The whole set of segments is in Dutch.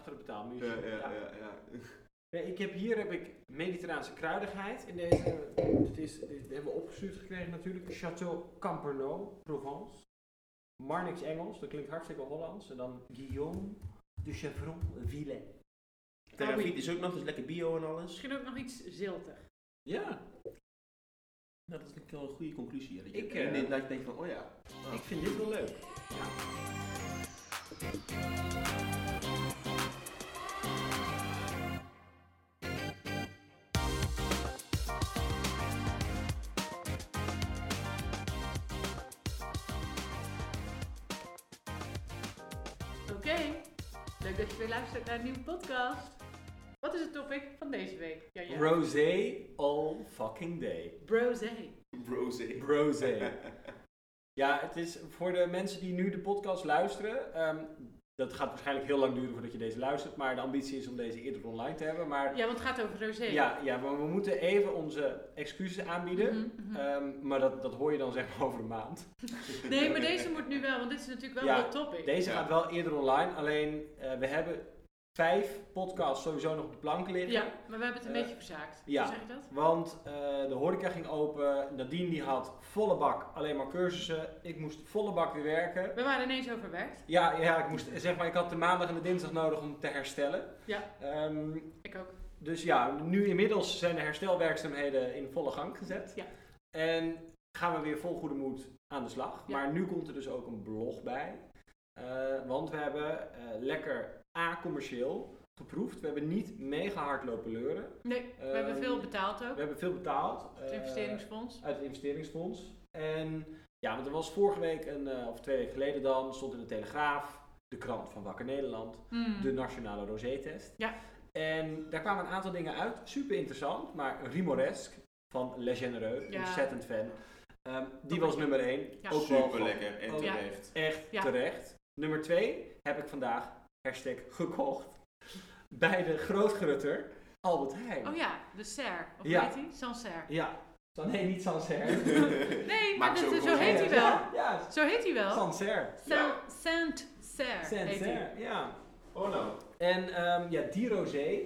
totaal muziek. Ja, ja, ja, ja. Nee, ik heb, hier heb ik mediterraanse kruidigheid in deze. Dit, is, dit hebben we opgestuurd gekregen natuurlijk. Chateau Camperlo, Provence. Marnix Engels, dat klinkt hartstikke Hollands. En dan Guillaume de Chevron Ville. Terrafiet is ook nog, dus lekker bio en alles. Misschien ook nog iets ziltig. Ja, Nou, dat is wel een goede conclusie. Ja, dat je Ik, in eh, dit- dat je denkt van, oh ja. Ah. ik vind dit wel leuk. Oké, leuk dat je weer luistert naar een nieuwe podcast. Wat is het topic van deze week? Ja, ja. Rosé all fucking day. Brosé. Rosé. Rosé. ja, het is voor de mensen die nu de podcast luisteren. ehm, dat gaat waarschijnlijk heel lang duren voordat je deze luistert. Maar de ambitie is om deze eerder online te hebben. Maar Ja, want het gaat over rosé. ja, ja maar we moeten even onze excuses aanbieden. Mhm, mhm. Ehm, maar dat, dat hoor je dan zeg maar over een maand. Nee, maar deze moet nu wel, want dit is natuurlijk wel Ja, een topic. Deze Ja. gaat wel eerder online. Alleen eh, we hebben vijf podcasts sowieso nog op de plank liggen. Ja, maar we hebben het een Eh, beetje verzaakt. ja. Hoe zeg je dat? Want eh, de horeca ging open. Nadine die had volle bak alleen maar cursussen. Ik moest volle bak weer werken. We waren ineens overwerkt. Ja, ja ik, moest, zeg maar, ik had de maandag en de dinsdag nodig om te herstellen. Ja. Ehm, Ik ook. dus ja, nu inmiddels zijn de herstelwerkzaamheden in volle gang gezet. Ja. En gaan we weer vol goede moed aan de slag. Ja. Maar nu komt er dus ook een blog bij. Eh, want we hebben eh, lekker A-commercieel geproefd. We hebben niet mega hard lopen leuren. Nee, we Ehm, hebben veel betaald ook. We hebben veel betaald. Het eh, investeringsfonds. uit het investeringsfonds. En ja, want er was vorige week, een, eh, of twee weken geleden dan, stond in de Telegraaf, de krant van Wakker Nederland, Hmm. de nationale rosé-test. Ja. En daar kwamen een aantal dingen uit, super interessant, maar Rimoresk van Les Genereux, Ja. ontzettend fan. Ehm, die Top. was nummer 1, Ja. ook wel Super gewoon lekker en ook- terecht. echt Oh, Ja. terecht. Nummer 2 heb ik vandaag, hashtag, gekocht bij de grootgrutter Albert Heijn. Oh ja, de Serre. Of Ja. heet hij? Sancerre. Ja. Nee, niet Sancerre. Nee, maar Maakt dat, ze ook zo wel Oh, heet hij zin. wel. Ja, Zo heet hij wel. Sancerre. Ja. Saint-Serre heet hij. Sancerre, ja. Oh nou. En ehm, ja, die rosé,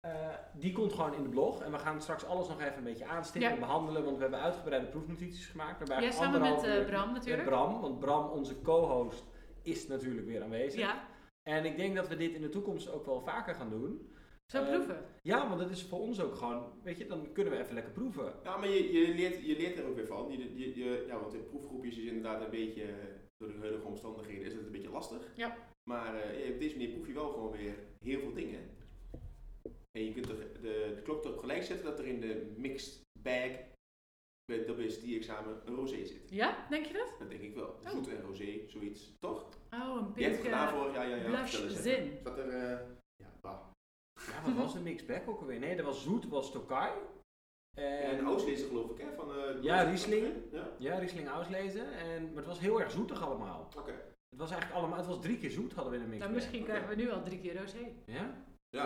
eh, die komt gewoon in de blog. En we gaan straks alles nog even een beetje aanstippen Ja. en behandelen. Want we hebben uitgebreide proefnotities gemaakt. Waarbij Ja, samen met anderhalf eh, uur- Bram Met natuurlijk. Bram, want Bram, onze co-host, is natuurlijk weer aanwezig. Ja, En ik denk dat we dit in de toekomst ook wel vaker gaan doen. zo Ehm, proeven. Ja, want dat is voor ons ook gewoon, weet je, dan kunnen we even lekker proeven. Ja, maar je, je, leert, je leert er ook weer van. Je, je, je- ja, want in proefgroepjes is inderdaad een beetje, eh, door de huidige omstandigheden is het een beetje lastig. Ja. Maar eh, ja, op deze manier proef je wel gewoon weer heel veel dingen. En je kunt er, de, de klok erop gelijk zetten dat er in de mixed bag, bij- dat is die examen, een rosé zit. Ja, denk je dat? Dat denk ik wel. Oh. Goed en rosé, zoiets, toch? Oh, een Je hebt het gedaan pinke. vorig jaar, ja, ja. blush vertel eens even. zin. Dat er, eh, ja, bah. Ja, Mhm. wat was de mixback ook alweer? Nee, dat was zoet, was Tokai. En een Oostlezer geloof ik, hè? Van, eh, Ja, Riesling. Ja, Ja, Riesling Auslezen. En, maar het was heel erg zoetig allemaal. oké. Het was eigenlijk allemaal, het was drie keer zoet hadden we in de mix. Dan misschien krijgen we nu al drie keer rosé. Ja? Ja,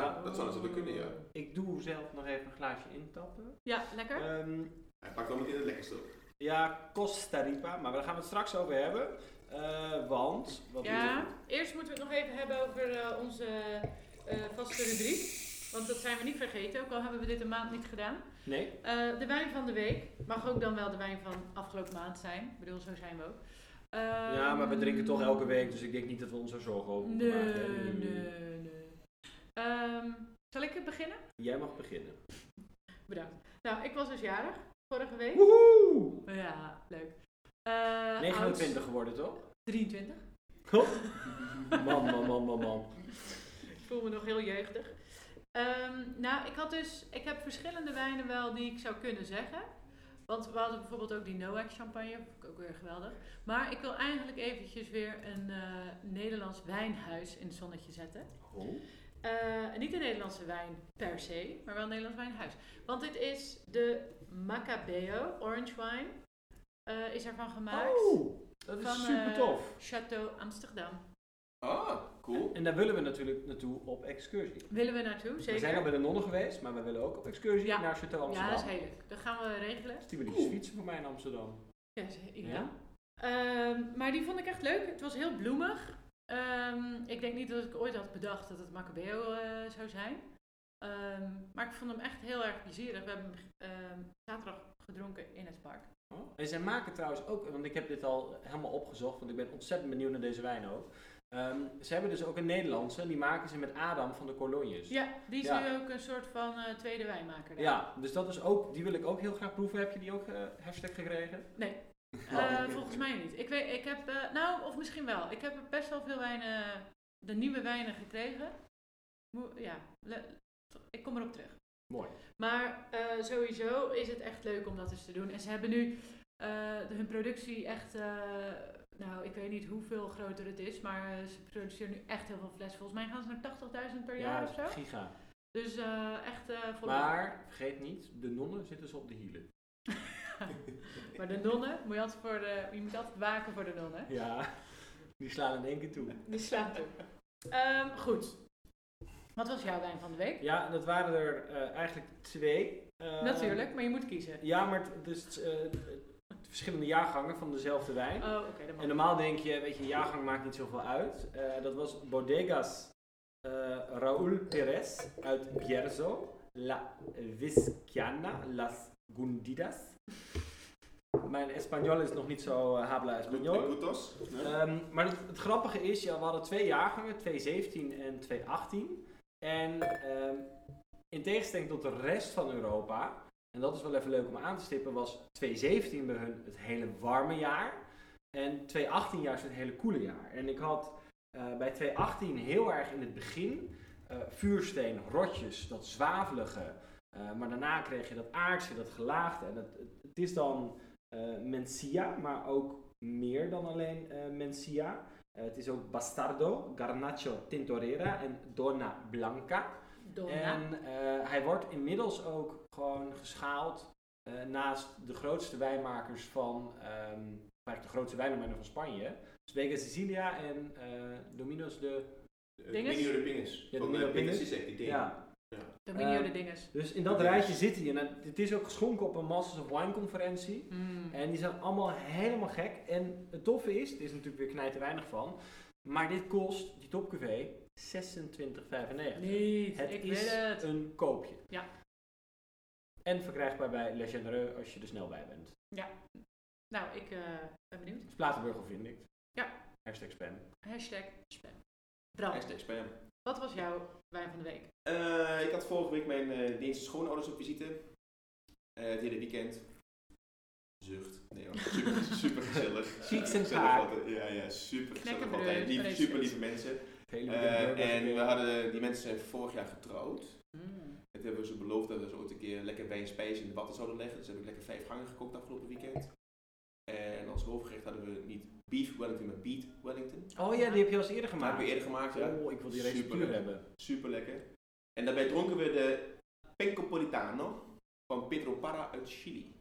Ja. dat zou natuurlijk kunnen, ja. Ik doe zelf nog even een glaasje intappen. Ja, lekker. Ehm, Hij pakt dan meteen het lekkerste op. ja, Costa Rica, maar daar gaan we het straks over hebben. Eh, want, wat Ja, doen eerst moeten we het nog even hebben over eh, onze eh, vaste rubriek. Want dat zijn we niet vergeten, ook al hebben we dit een maand niet gedaan. we? Nee? Eh, de wijn van de week mag ook dan wel de wijn van afgelopen maand zijn. Ik bedoel, zo zijn we ook. Ehm, ja, maar we drinken toch elke week, dus ik denk niet dat we ons er zorgen over Nee, moeten maken. nee, nee. Ehm, zal ik het beginnen? Jij mag beginnen. Bedankt. Nou, ik was dus jarig vorige week. Woehoe! Ja, leuk. Eh, 29 geworden, toch? oud 23. Man, man, man, man, man. Ik voel me nog heel jeugdig. Ehm, nou, ik had dus, ik heb verschillende wijnen wel die ik zou kunnen zeggen. Want we hadden bijvoorbeeld ook die Noack champagne, vond ik ook weer geweldig. Maar ik wil eigenlijk eventjes weer een eh, Nederlands wijnhuis in het zonnetje zetten. Oh. Eh, niet een Nederlandse wijn per se, maar wel een Nederlands wijnhuis. Want dit is de Macabeo Orange Wine. eh, is ervan gemaakt. Oh, dat is van, super eh, tof. Chateau Amsterdam. Ah, cool. En daar willen we natuurlijk naartoe op excursie. Willen we naartoe? Zeker. We zijn al bij de nonnen geweest, maar we willen ook op excursie Ja. naar Chateau ja, Amsterdam. dat is heel leuk. Dat gaan we regelen. Dus die wil ik fietsen voor mij in Amsterdam. Ja, ze- ja. Ja? Ehm, maar die vond ik echt leuk. Het was heel bloemig. Ehm, ik denk niet dat ik ooit had bedacht dat het Macabeo eh, zou zijn. Ehm, maar ik vond hem echt heel erg plezierig. We hebben hem ehm, zaterdag gedronken in het park. Oh. En zij maken trouwens ook, want ik heb dit al helemaal opgezocht, want ik ben ontzettend benieuwd naar deze wijn ook. Ehm, ze hebben dus ook een Nederlandse, en die maken ze met Adam van de Colognes. Ja, die is Dus- Ja. nu ook een soort van eh, tweede wijnmaker. daar. Ja, dus dat is ook, die wil ik ook heel graag proeven. Heb je die ook eh, hashtag gekregen? Oh, Eh, volgens mij niet. Ik weet, ik heb, eh, nou, of misschien wel. Ik heb best wel veel wijnen, de nieuwe wijnen gekregen. Moe- ja, le- ik kom erop terug. Mooi. Maar eh, sowieso is het echt leuk om dat eens te doen. En ze hebben nu eh, de- hun productie echt, eh, nou, ik weet niet hoeveel groter het is, maar eh, ze produceren nu echt heel veel flessen. Volgens mij gaan ze naar 80.000 per jaar of zo. giga. Dus eh, echt eh volle Maar vergeet niet, de nonnen zitten ze op de hielen. Maar de nonnen, moet je, altijd voor de, je moet altijd waken voor de nonnen. Ja, die slaan in één keer toe. Die slaat toe. Ehm, goed. Wat was jouw wijn van de week? Ja, dat waren er eh, eigenlijk twee. Eh, Natuurlijk, maar je moet kiezen. Ja, maar het, dus, eh, het- verschillende jaargangen van dezelfde wijn. Oh, oké, dan mag En normaal denk je, weet je, jaargang maakt niet zoveel uit. Eh, dat was Bodegas eh Raúl Perez uit Bierzo, La Vizcana, Las Gundidas. Mijn Espanol is nog niet zo eh, habla Espanol. Gutos. Ehm, maar het, het grappige is, ja, we hadden twee jaargangen, 2017 en 2018. En ehm, in tegenstelling tot de rest van Europa, en dat is wel even leuk om aan te stippen, was 2017 bij hun het hele warme jaar. En 2018 juist het hele koele jaar. En ik had eh, bij 2018 heel erg in het begin eh, vuursteen, rotjes, dat zwavelige. Eh, maar daarna kreeg je dat aardse, dat gelaagde. En het, het, het is dan eh, Mencia, maar ook meer dan alleen eh Mencia. Eh, het is ook Bastardo, Garnacho Tintorera en Donna Blanca. je. Donna. En eh, hij wordt inmiddels ook gewoon geschaald eh, naast de grootste wijnmakers van, ehm, eigenlijk de grootste wijnmaker van Spanje. Dus Vega Sicilia en eh, Dominos de... Dinges? Minio de Pinges. Ja, Van Minio de de Peter Pinges. Sisek, die ding. Ja, Dominio eh, de dinges. dus in dat rijtje zit hij. En het- het is ook geschonken op een Masters of Wine conferentie. Mm. En die zijn allemaal helemaal gek. En het toffe is, er is natuurlijk weer knijt te weinig van, maar dit kost, die topcuvée, 26,95. Niet, Het ik is weet het. een koopje. Ja. En verkrijgbaar bij Le Genereux als je er snel bij bent. Nou, ik eh, ben benieuwd. Dus Platenburg of Vindict. Ja. Hashtag spam. Hashtag spam. Bram, Hashtag spam. wat was jouw wijn van de week? Eh, ik had vorige week mijn eh Deense schoonouders op visite. Eh, het hele weekend. Zucht. Nee hoor. Super, super gezellig. Cheeks Eh, en gezellig taart. altijd. Ja, ja, super gezellig Knekkenbreuk, altijd. Lief, vreselijk. super lieve mensen. Hele Eh, en we hadden, die mensen zijn vorig jaar getrouwd. Mm. Het hebben we ze beloofd dat we ze ooit een keer lekker bij een spijs in de watten zouden leggen. Dus heb ik lekker vijf gangen gekookt afgelopen weekend. En als hoofdgerecht hadden we niet beef Wellington, maar beet Wellington. Oh ja, die heb je al eens eerder Dat hebben gemaakt. we eerder gemaakt, ja. Oh, ik wil die Super receptuur leuk. hebben. Super lekker. En daarbij dronken we de Penco Politano van Pedro Parra uit Chili.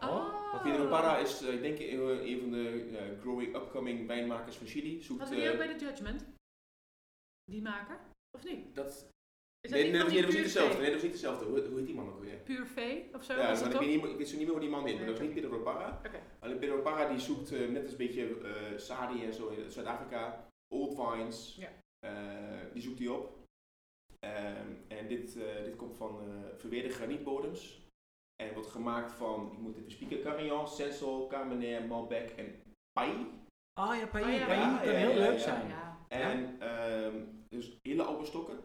Oh. wat Pedro Parra is, eh, ik denk, een een van de eh, growing upcoming wijnmakers van Chili. Zoekt, Hadden die eh, ook bij de judgment? Die maker? Of niet? dat, Is nee, nee, van dat was niet- dat was niet die puur vee? hetzelfde. Nee, dat was niet hetzelfde. Hoe, hoe heet die man ook weer? Puur vee of zo? Ja, was maar dat ik, toch? weet niet, ik weet zo niet meer hoe die man heet, maar Nee, dat was niet Pedro Parra. Oké. Alleen Pedro Parra die zoekt eh, net als een beetje eh Sadi en zo in Zuid-Afrika, Old Vines, Ja. Eh, die zoekt hij op. Ehm, en dit, eh, dit komt van eh verweerde granietbodems. En wordt gemaakt van, ik moet het bespieken, Carignan, Sensol, Carmener, Malbec en Pai. Ah ja, paille. Oh ja, Paille ja, kan ja, heel ja, leuk ja. zijn. Ja. En ehm, dus hele oude stokken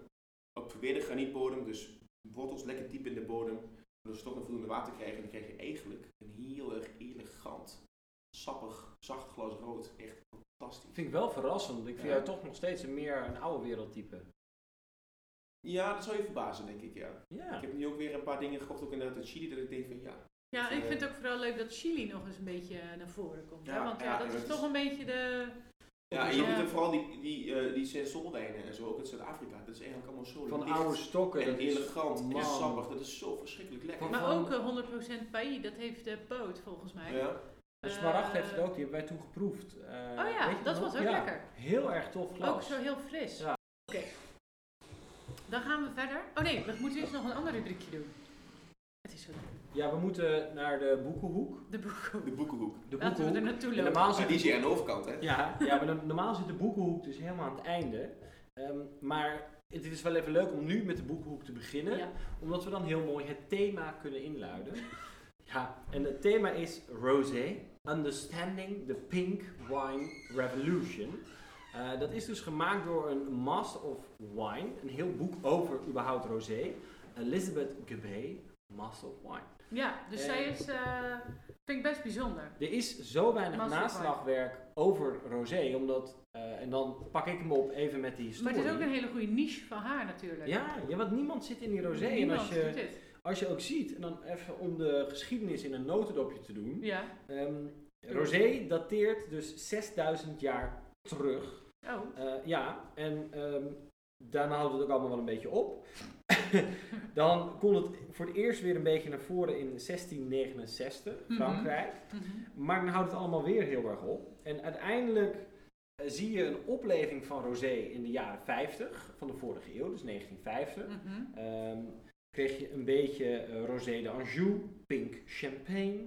op verweerde granietbodem, dus wortels lekker diep in de bodem. Door de stokken voldoende water krijgen, dan krijg je eigenlijk een heel erg elegant, sappig, zacht glas rood. Echt fantastisch. Vind ik wel verrassend. Ik vind Ja. jou toch nog steeds een meer een oude wereldtype. Ja, dat zou je verbazen, denk ik, ja. Ja. Ik heb nu ook weer een paar dingen gekocht, ook inderdaad uit Chili, dat ik denk van ja. Ja, en ik Eh, vind het ook vooral leuk dat Chili nog eens een beetje eh, naar voren komt. hè? Ja, Want ja, ja, dat dat is is- toch een beetje de... Ja, en je Ja. moet er vooral die, die, eh, die sensolwijnen en zo, ook uit Zuid-Afrika, dat is eigenlijk allemaal zo Van licht oude stokken. en dat is- elegant en man. sappig. Dat is zo verschrikkelijk lekker. Van- Maar ook eh, 100% paille, dat heeft de poot volgens mij. Ja. De Eh, smaragd heeft het ook, die hebben wij toen geproefd. Eh, Oh weet ja, je dat nog? was ook Ja. lekker. Heel erg tof glas. Ook zo heel fris. Ja. Oké. Dan gaan we verder. Oh nee, we moeten eerst nog een ander rubriekje doen. Het is zo leuk. Ja, we moeten naar de boekenhoek. De boeken. De boekenhoek. De Laten we er boekenhoek. naartoe En lopen. normaal Ah, zit die de is hier aan de overkant, hè? Ja, ja maar dan- normaal zit de boekenhoek dus helemaal aan het einde. Ehm, maar het is wel even leuk om nu met de boekenhoek te beginnen. Ja. Omdat we dan heel mooi het thema kunnen inluiden. Ja, en het thema is Rosé. Understanding the Pink Wine Revolution. Eh, dat is dus gemaakt door een Master of Wine. Een heel boek over überhaupt Rosé. Elizabeth Gebey, Master of Wine. ja, dus Eh. zij is, eh, vind ik best bijzonder. Er is zo weinig Master of naslagwerk over Rosé, omdat... eh, en dan pak ik hem op even met die Maar historie. het is ook een hele goede niche van haar natuurlijk. Ja, ja, want niemand zit in die Rosé. En Niemand als doet je, dit. als je ook ziet, en dan even om de geschiedenis in een notendopje te doen. Ja. ehm, Rosé dateert dus 6000 jaar terug. Oh. Eh, ja, en ehm, daarna houdt het ook allemaal wel een beetje op. dan komt het voor het eerst weer een beetje naar voren in 1669, Mhm. Frankrijk. Mhm. Maar dan houdt het allemaal weer heel erg op. En uiteindelijk eh, zie je een opleving van Rosé in de jaren 50 van de vorige eeuw, dus 1950. Mhm. Ehm, kreeg je een beetje eh, Rosé de Anjou, pink champagne,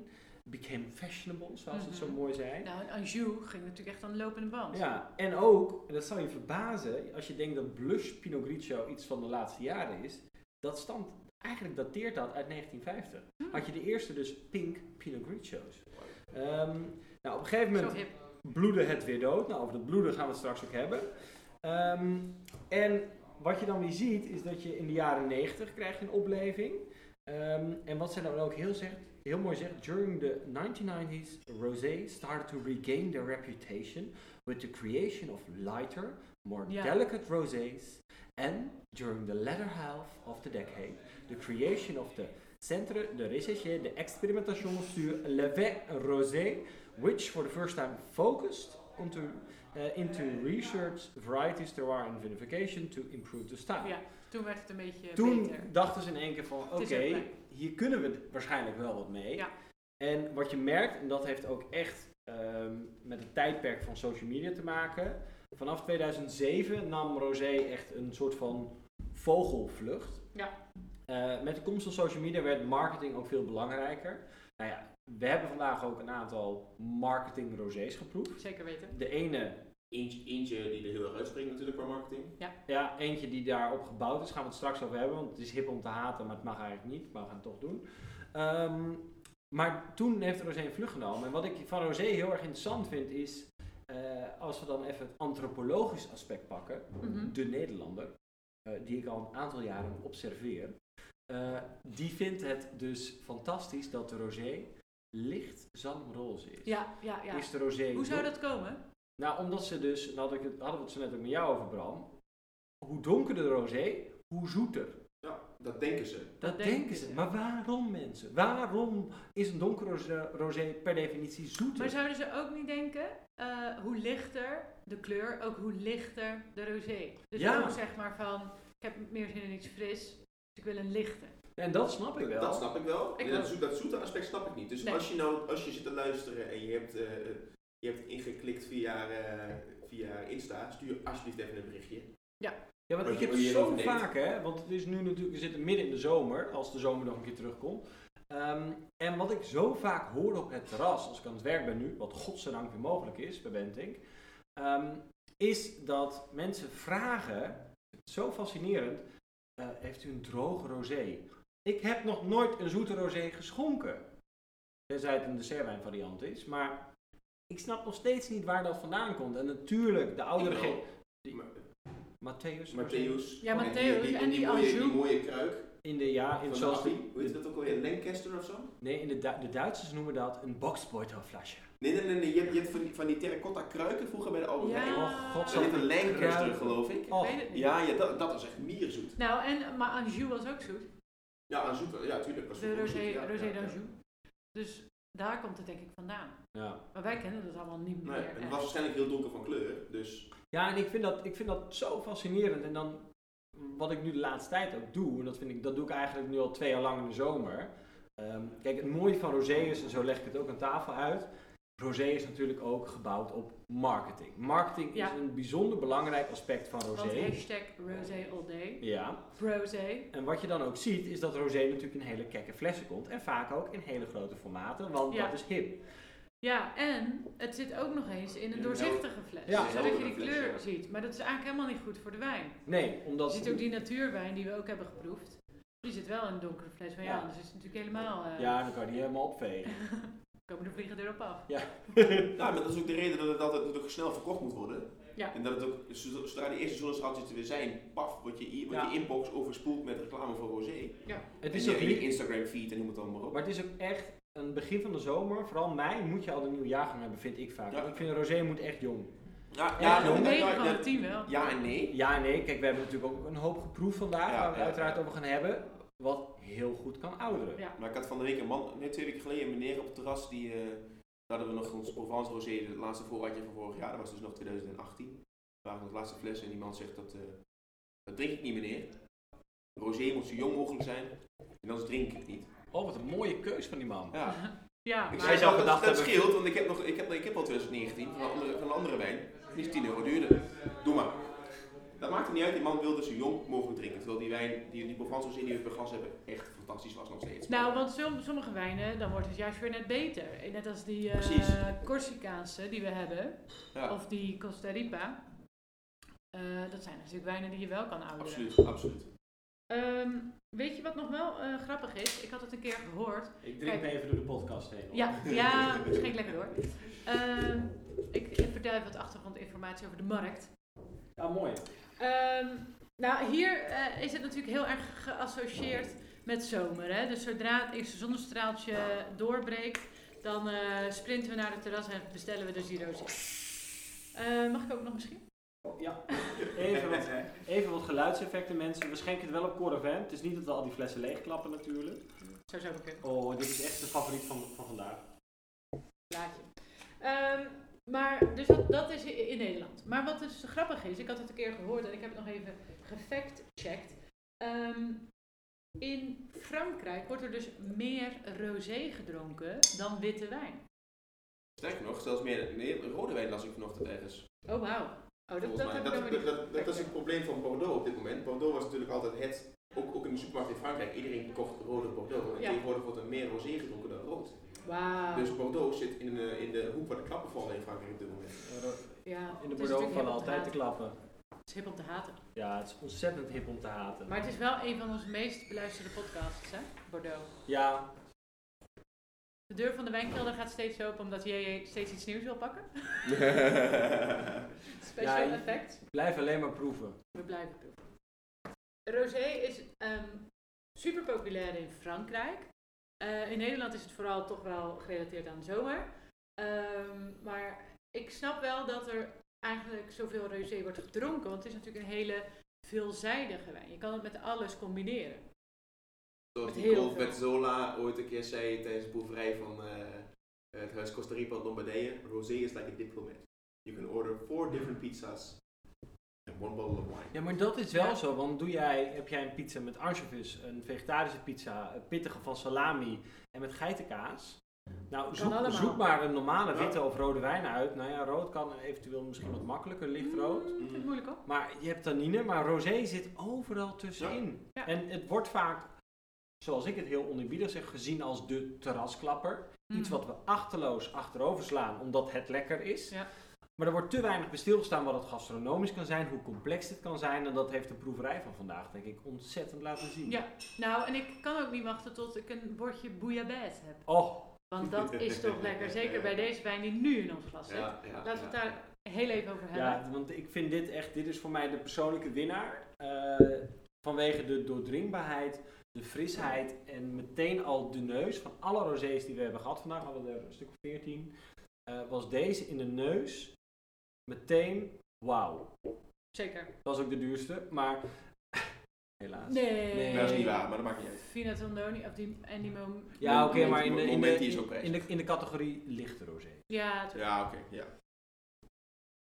became fashionable, zoals het zo Mhm. mooi zei. Nou, en Anjou ging natuurlijk echt aan de lopende band. Ja, en ook, en dat zal je verbazen, als je denkt dat Blush Pinot Grigio iets van de laatste jaren is, dat stamt, eigenlijk dateert dat uit 1950. Hmm. Had je de eerste dus pink Pinot Grigio's. Ehm, nou, op een gegeven Zo moment hip. bloedde het weer dood. Nou, over dat bloeden gaan we het straks ook hebben. Ehm, en wat je dan weer ziet, is dat je in de jaren 90 krijgt een opleving. Ehm, en wat zij dan ook heel, zegt, heel mooi zegt, during the 1990s, Rosé started to regain their reputation with the creation of lighter, more Ja. delicate rosés. And during the latter half of the decade, the creation of the Centre de Recherche de Experimentation sur le vin rosé, which for the first time focused onto, uh, into research varieties terroir and vinification to improve the style. Ja, toen werd het een beetje Toen beter. dachten ze in één keer van, oké, is heel fijn. hier kunnen we d- waarschijnlijk wel wat mee. Ja. En wat je merkt, en dat heeft ook echt ehm, met het tijdperk van social media te maken. Vanaf 2007 nam Rosé echt een soort van vogelvlucht. Ja. Eh, met de komst van social media werd marketing ook veel belangrijker. Nou ja, we hebben vandaag ook een aantal marketing Rosés geproefd. Zeker weten. De ene, Eentje, eentje die er heel erg uitspringt natuurlijk qua marketing. ja, eentje die daarop gebouwd is, gaan we het straks over hebben. Want het is hip om te haten, maar het mag eigenlijk niet. Maar we gaan het toch doen. Ehm, maar toen heeft Rosé een vlucht genomen. En wat ik van Rosé heel erg interessant vind is, eh, als we dan even het antropologisch aspect pakken. Mhm. de Nederlander, eh, die ik al een aantal jaren observeer, eh, die vindt het dus fantastisch dat de rosé licht zalmroze is. Ja, ja, ja. Is de rosé Hoe zou don- dat komen? Nou, omdat ze dus, en had ik het, hadden we het zo net ook met jou over Bram, hoe donkerder de rosé, hoe zoeter. Ja, dat denken ze. Dat, denken, ze. Maar waarom mensen? Waarom is een donkere rosé- rosé per definitie zoeter? Maar zouden ze ook niet denken, eh, hoe lichter de kleur, ook hoe lichter de rosé. Dus Ja. ook zeg maar van, ik heb meer zin in iets fris, dus ik wil een lichte. En dat snap ik wel. Dat snap ik wel. Ik En dat, ook. zoet, dat zoete aspect snap ik niet. Dus Nee. als, je nou, als je zit te luisteren en je hebt, eh, eh, je hebt ingeklikt via, eh, via Insta, stuur alsjeblieft even een berichtje. Ja, want Wat ik je- heb wat je zo erover denkt. vaak, hè, want het is nu natuurlijk, we zitten midden in de zomer, als de zomer nog een keer terugkomt. Ehm, en wat ik zo vaak hoor op het terras, als ik aan het werk ben nu, wat godzijdank weer mogelijk is bij Bentink, ehm, is dat mensen vragen, zo fascinerend, eh, heeft u een droge rosé? Ik heb nog nooit een zoete rosé geschonken. Tenzij het een dessertwijnvariant is, maar ik snap nog steeds niet waar dat vandaan komt. En natuurlijk, de oudere... Ik wel. ge- Maar- Matthäus. Matthäus. Ja, En Matthäus die, en die mooie, Anjou. die mooie kruik. In de, ja, in Van zoals Appie. de, Hoe heet dat ook alweer? Lancaster of zo? nee, in de, Du- de Duitsers noemen dat een boxbeutelflesje. Nee, nee, nee. nee. Je, hebt, je hebt van die, van die terracotta kruiken vroeger bij de Albert Ja. Heijn. Oh, god, Er zo zit een Lancaster, kruiken. geloof ik. Ik Oh, weet het niet. Ja, ja dat, dat was echt mierenzoet. Nou, en, maar Anjou was ook zoet. Ja, aan zoet. Ja, tuurlijk. Was De het ook rosé, zoet, ja, rosé ja, ja. d'Anjou. Dus daar komt het denk ik vandaan. Ja. Maar wij kennen dat allemaal niet meer. Nee, en het echt. was waarschijnlijk heel donker van kleur. Dus ja, en ik vind, dat, ik vind dat zo fascinerend. En dan, wat ik nu de laatste tijd ook doe, en dat, vind ik, dat doe ik eigenlijk nu al twee jaar lang in de zomer. Ehm, kijk, het mooie van rosé is, en zo leg ik het ook aan tafel uit, rosé is natuurlijk ook gebouwd op marketing. Marketing Ja. is een bijzonder belangrijk aspect van Want rosé. hashtag rosé all day. Ja, Rosé. en wat je dan ook ziet is dat rosé natuurlijk in hele kekke flessen komt. En vaak ook in hele grote formaten, want Ja. dat is hip. Ja, en het zit ook nog eens in een Ja, doorzichtige fles. Ja. zodat je die Heldere fles, kleur ja. ziet. Maar dat is eigenlijk helemaal niet goed voor de wijn. Nee, Je omdat... ziet ook die natuurwijn die we ook hebben geproefd. Die zit wel in een donkere fles. Maar ja, Ja. anders is het natuurlijk helemaal... eh Ja, dan kan je die helemaal opvegen. Komen de vliegen erop af. Nou, maar dat is ook de reden dat het altijd natuurlijk snel verkocht moet worden. Ja. En dat het ook, zo- zodra die eerste zonnestraaltjes er weer zijn, paf, wordt je, i- wordt Ja. je inbox overspoeld met reclame voor Rosé. Het en is je, ook en je niet... Instagram feed en noem het allemaal maar op. Maar het is ook echt een begin van de zomer. Vooral mei moet je al een nieuw jaargang hebben, vind ik vaak. Ja. Ik vind rosé moet echt jong. ja, Ja, ja, de ja, negen ja, van de ja, tien wel. ja en nee. Ja en nee, kijk, we hebben natuurlijk ook een hoop geproefd vandaag, Ja, waar we ja, uiteraard ja. over gaan hebben, wat heel goed kan ouderen. Ja. Maar ik had van de week een man, nee, twee weken geleden, een meneer op het terras, die, eh, daar hadden we nog ons Provence Rosé, het laatste voorraadje van vorig jaar, dat was dus nog 2018. We waren nog de laatste fles en die man zegt dat, eh, dat drink ik niet meneer. Rosé moet zo jong mogelijk zijn, en anders drink ik het niet. Oh, wat een mooie keus van die man. Ja. Ja, Ik maar zou zei zelf gedacht dat, dat hebben- scheelt, want ik heb, nog, ik, heb, ik heb al 2019 van een andere, van een andere wijn. Die is 10 euro duurder. Doe maar. Dat maakt niet uit, die man wilde zo jong mogelijk drinken. Terwijl die wijn, die, die Provence Rosé die we bij Gans hebben, echt fantastisch was nog steeds. Nou, want som- sommige wijnen, dan wordt het juist weer net beter. Net als die eh, Precies. Corsicaanse die we hebben, Ja. of die Costa Rica. Eh, dat zijn natuurlijk wijnen die je wel kan ouderen. Absoluut, absoluut. Ehm, weet je wat nog wel eh, grappig is? Ik had het een keer gehoord. Ik drink me even door de podcast heen. Ja, ja dat ging lekker hoor. Ehm, ik, ik vertel wat achtergrondinformatie over de markt. mooi. Ehm, nou, hier eh, is het natuurlijk heel erg geassocieerd met zomer. Hè? Dus zodra het eerste zonnestraaltje doorbreekt, dan eh, sprinten we naar het terras en bestellen we dus die roze. Eh, mag ik ook nog misschien? Ja. Even wat, even wat geluidseffecten mensen. We schenken het wel op Coravent. Het is niet dat we al die flessen leegklappen natuurlijk. Zo zou ik kunnen. Oh, dit is echt de favoriet van, van vandaag. plaatje. Ehm, maar dus dat, dat is i- in Nederland. Maar wat dus grappig is, ik had het een keer gehoord en ik heb het nog even gefact-checked. Ehm, in Frankrijk wordt er dus meer rosé gedronken dan witte wijn. Sterker nog, zelfs meer nee, rode wijn las ik vanochtend ergens. Oh, wauw. Oh, dat, volgens dat mij. heb dat, ik helemaal dat, niet dat, dat is het probleem van Bordeaux op dit moment. Bordeaux was natuurlijk altijd het, ook, ook in de supermarkt in Frankrijk, iedereen kocht rode Bordeaux. En Ja. Ah. tegenwoordig wordt er meer rosé gedronken dan rood. Wauw. Dus Bordeaux zit in de, in de hoek waar de klappen vallen in Frankrijk op dit moment. ja, In de het is Bordeaux vallen natuurlijk hip om te altijd te haten. klappen. Het is hip om te haten. Ja, het is ontzettend hip om te haten. Maar het is wel een van onze meest beluisterde podcasts, hè? Bordeaux. Ja, De deur van de wijnkelder gaat steeds open omdat jij steeds iets nieuws wil pakken. Special Ja, je- effect. blijf alleen maar proeven. We blijven proeven. Rosé is super populair in Frankrijk. Eh, in Nederland is het vooral toch wel gerelateerd aan de zomer. Ehm, maar ik snap wel dat er eigenlijk zoveel rosé wordt gedronken. Want het is natuurlijk een hele veelzijdige wijn. Je kan het met alles combineren. Zoals Met heel Nicole veel. Petzola ooit een keer zei tijdens de proeverij van eh, het huis Costa Rica in Lombardije, rosé is like a diplomat. You can order four different pizzas and one bottle of wine. Ja, maar dat is wel Ja. zo. Want doe jij, heb jij een pizza met anchovies, een vegetarische pizza, een pittige van salami en met geitenkaas? Nou, zoek, allemaal. zoek maar een normale Ja. witte of rode wijn uit. Nou ja, rood kan eventueel misschien wat makkelijker, lichtrood. Mm, vind ik moeilijk hoor. Maar je hebt tannine, maar rosé zit overal tussenin. Ja. Ja. En het wordt vaak, zoals ik het heel onerbiedig zeg, gezien als de terrasklapper. Iets Mm. wat we achterloos achterover slaan, omdat het lekker is. Ja. Maar er wordt te weinig bij stilgestaan wat het gastronomisch kan zijn, hoe complex dit kan zijn. En dat heeft de proeverij van vandaag, denk ik, ontzettend laten zien. Ja. Nou, en ik kan ook niet wachten tot ik een bordje bouillabaisse heb. Oh, Want dat is toch lekker. Zeker bij deze wijn die nu in ons glas zit. Ja, ja, Laten we het daar heel even over hebben. ja, want ik vind dit echt, dit is voor mij de persoonlijke winnaar. eh, vanwege de doordringbaarheid, de frisheid en meteen al de neus van alle rosés die we hebben gehad vandaag, we hadden er een stuk of 14, eh, was deze in de neus meteen wauw. Zeker. Dat was ook de duurste, maar helaas. Nee. Nee. Dat is niet waar, maar dat maakt niet uit. Fina Tandoni, of die, en die mom- Ja, oké, maar in de, in, de, Moment die is ook in, prijs. de, in de categorie lichte rosé. Ja, het- Ja, oké. ja.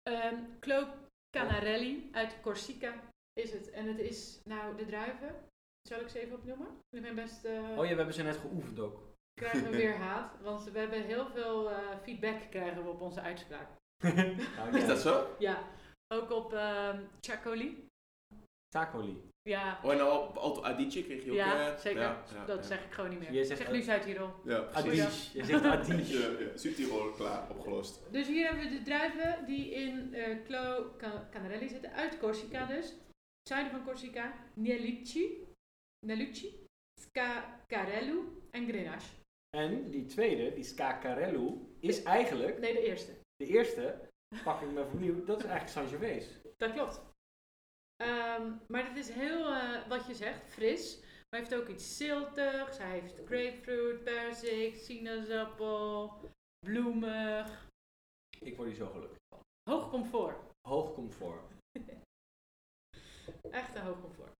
Ehm, Clo Canarelli uit Corsica is het. En het is, nou, de druiven. Zal ik ze even opnoemen? Ik ben best... eh, Oh ja, we hebben ze net geoefend ook. krijgen we weer haat. Want we hebben heel veel eh, feedback krijgen we op onze uitspraak. Nou, Is dat zo? Ja, ook op ehm Chacoli. Tacoli. Ja, Oh, en al op Alto Adige kreeg je ook... ja eh, zeker. ja, ja, dat ja. zeg ik gewoon niet meer. Jij Ik zegt zeg ook- nu Zuid-Tirol. Ja, precies. Adige. Je zegt Adige. Ja, ja. Zuid-Tirol, klaar, opgelost. Dus hier hebben we de druiven die in eh Clo Ca- Canarelli zitten, uit Corsica dus. Het Zuiden van Corsica, Nelucci, Nelucci, Scacarello en Grenache. En die tweede, die Scacarello, is eigenlijk, Nee, de eerste. de eerste, pak ik me even opnieuw, dat is eigenlijk Sangiovese. Dat klopt. Ehm, maar het is heel, eh, wat je zegt, fris. Maar hij heeft ook iets ziltigs. Hij heeft grapefruit, perzik, sinaasappel, bloemig. Ik word hier zo gelukkig. Hoog comfort. Hoog comfort. Echt een hoog comfort.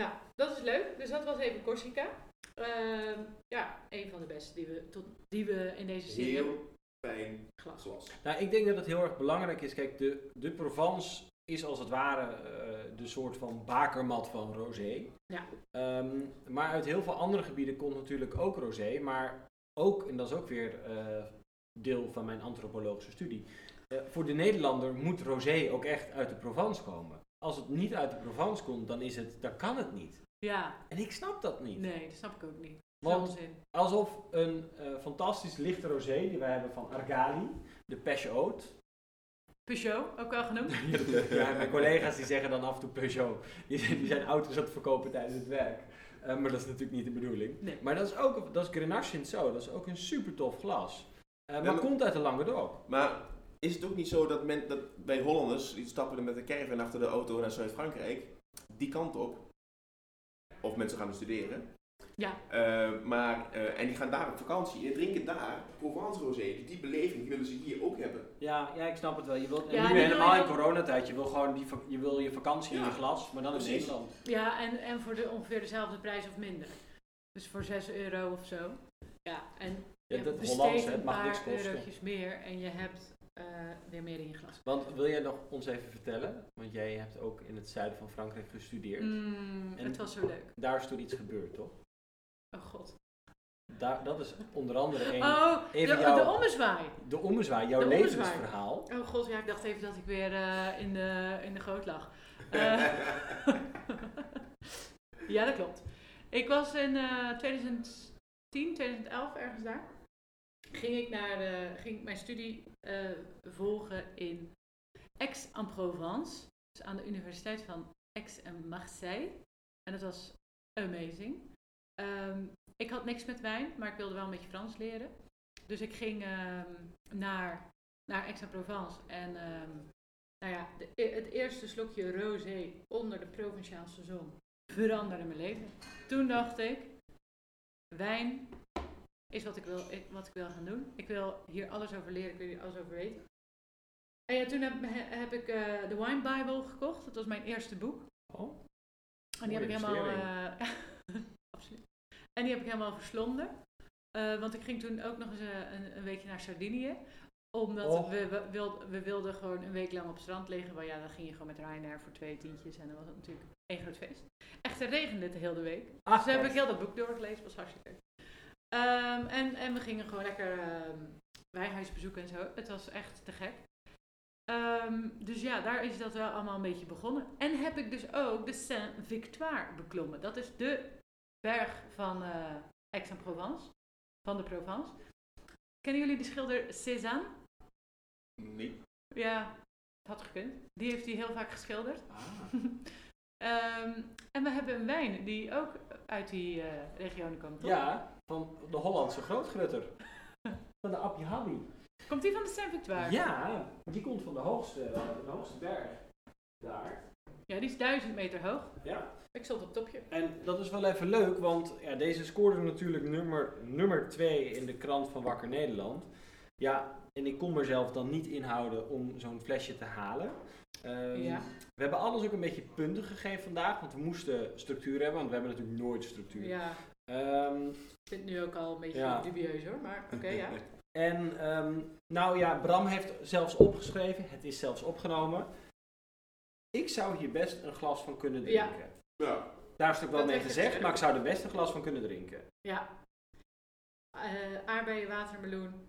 Nou, dat is leuk. Dus dat was even Corsica. Ehm, ja, een van de beste die we, tot, die we in deze serie hebben. Heel fijn Glas. glas. Nou, ik denk dat het heel erg belangrijk is. Kijk, de, de Provence is als het ware eh, de soort van bakermat van rosé. Ja. Ehm, maar uit heel veel andere gebieden komt natuurlijk ook rosé. Maar ook, en dat is ook weer eh, deel van mijn antropologische studie. eh, voor de Nederlander moet rosé ook echt uit de Provence komen. Als het niet uit de Provence komt, dan, is het, dan kan het niet. Ja, En ik snap dat niet. nee, dat snap ik ook niet. Dat is Want onzin. Alsof een eh, fantastisch lichte rosé die wij hebben van Argali, de Pesce Haute, Peugeot, ook wel genoemd. Ja, mijn collega's die zeggen dan af en toe Peugeot. Die, zijn- die zijn auto's aan het verkopen tijdens het werk. Eh, maar dat is natuurlijk niet de bedoeling. Nee. Maar dat is ook, dat is Grenache in zo. Dat is ook een super tof glas. Eh, maar Ja, maar- komt uit de Languedoc. Maar is het ook niet zo dat, men, dat wij Hollanders, die stappen er met de caravan achter de auto naar Zuid-Frankrijk, die kant op, of mensen gaan er studeren, Ja. Eh, maar, eh, en die gaan daar op vakantie en drinken daar Provence rosé. Dus die beleving willen ze hier ook hebben. Ja, ja, ik snap het wel. Je wilt, en Ja, nu die helemaal wil je- in coronatijd. Je wil gewoon die, va- je, wil je vakantie in Ja, je glas, maar dan in precies. Nederland. Ja, en, en voor de, ongeveer dezelfde prijs of minder. Dus voor 6 euro of zo. Ja, en Ja, je dat besteedt Hollands, hè, een het mag niks paar kosten. eurotjes meer en je hebt eh, weer meer in je glas. Want wil jij nog ons even vertellen? Want jij hebt ook in het zuiden van Frankrijk gestudeerd. Mm, En- het was zo leuk. Daar is toen iets gebeurd, toch? Oh god. Daar, dat is onder andere een, Oh, de, even de, jouw- ommezwaai. de ommezwaai, jouw De ommezwaai. levensverhaal. Oh god, ja, ik dacht even dat ik weer eh, in, de, in de goot lag. Eh, ja, dat klopt. Ik was in eh, 2010, 2011, ergens daar. Ging ik, naar, eh, ging ik mijn studie eh, volgen in Aix-en-Provence. Dus aan de Universiteit van Aix en Marseille. En dat was amazing. Ehm, ik had niks met wijn, maar ik wilde wel een beetje Frans leren. Dus ik ging ehm, naar naar Aix-en-Provence. En ehm, nou ja, de- e- het eerste slokje rosé onder de provinciaalse zon veranderde mijn leven. Toen dacht ik, wijn is wat ik wil, ik- wat ik wil gaan doen. Ik wil hier alles over leren, ik wil hier alles over weten. En ja, toen heb, he- heb ik eh, de Wine Bible gekocht. Dat was mijn eerste boek. Oh. En die heb ik Mooie helemaal... eh, absoluut. En die heb ik helemaal verslonden. Eh, want ik ging toen ook nog eens eh, een, een weekje naar Sardinië. Omdat Oh. we, we, wild- we wilden gewoon een week lang op het strand liggen. Maar ja, dan ging je gewoon met Ryanair voor twee tientjes. En dan was het natuurlijk één groot feest. Echter regende het de hele week. Ach, Dus heb ik echt? heel dat boek doorgelezen. was hartstikke leuk. Ehm, en, en we gingen gewoon lekker ehm wijnhuis bezoeken en zo. Het was echt te gek. Ehm, dus ja, daar is dat wel allemaal een beetje begonnen. En heb ik dus ook de Saint-Victoire beklommen. Dat is de berg van eh, Aix-en-Provence. Van de Provence. Kennen jullie de schilder Cézanne? Nee. Ja, het had gekund. Die heeft hij heel vaak geschilderd. Ah. Ehm, en we hebben een wijn die ook uit die eh, regionen komt, toch? Ja, van de Hollandse grootgrutter. Van de Appie Habi. Komt die van de Saint-Victoire? Ja, die komt van de hoogste, eh, de hoogste berg. Daar. Ja, die is duizend meter hoog. Ja. Ik stond op het topje. En dat is wel even leuk, want ja, deze scoorde natuurlijk nummer 2 nummer twee in de krant van Wakker Nederland. Ja, en ik kon mezelf dan niet inhouden om zo'n flesje te halen. Ehm, ja. We hebben alles ook een beetje punten gegeven vandaag, want we moesten structuur hebben, want we hebben natuurlijk nooit structuur. ja, Ehm, ik vind het nu ook al een beetje Ja. dubieus hoor, maar oké, ja. En ehm, nou ja, Bram heeft zelfs opgeschreven, het is zelfs opgenomen. Ik zou hier best een glas van kunnen Ja. drinken. Ja. Daar is natuurlijk wel Dat mee heeft hij gezegd, gezegd. maar ik zou er best een glas van kunnen drinken. ja. eh aardbeien, watermeloen.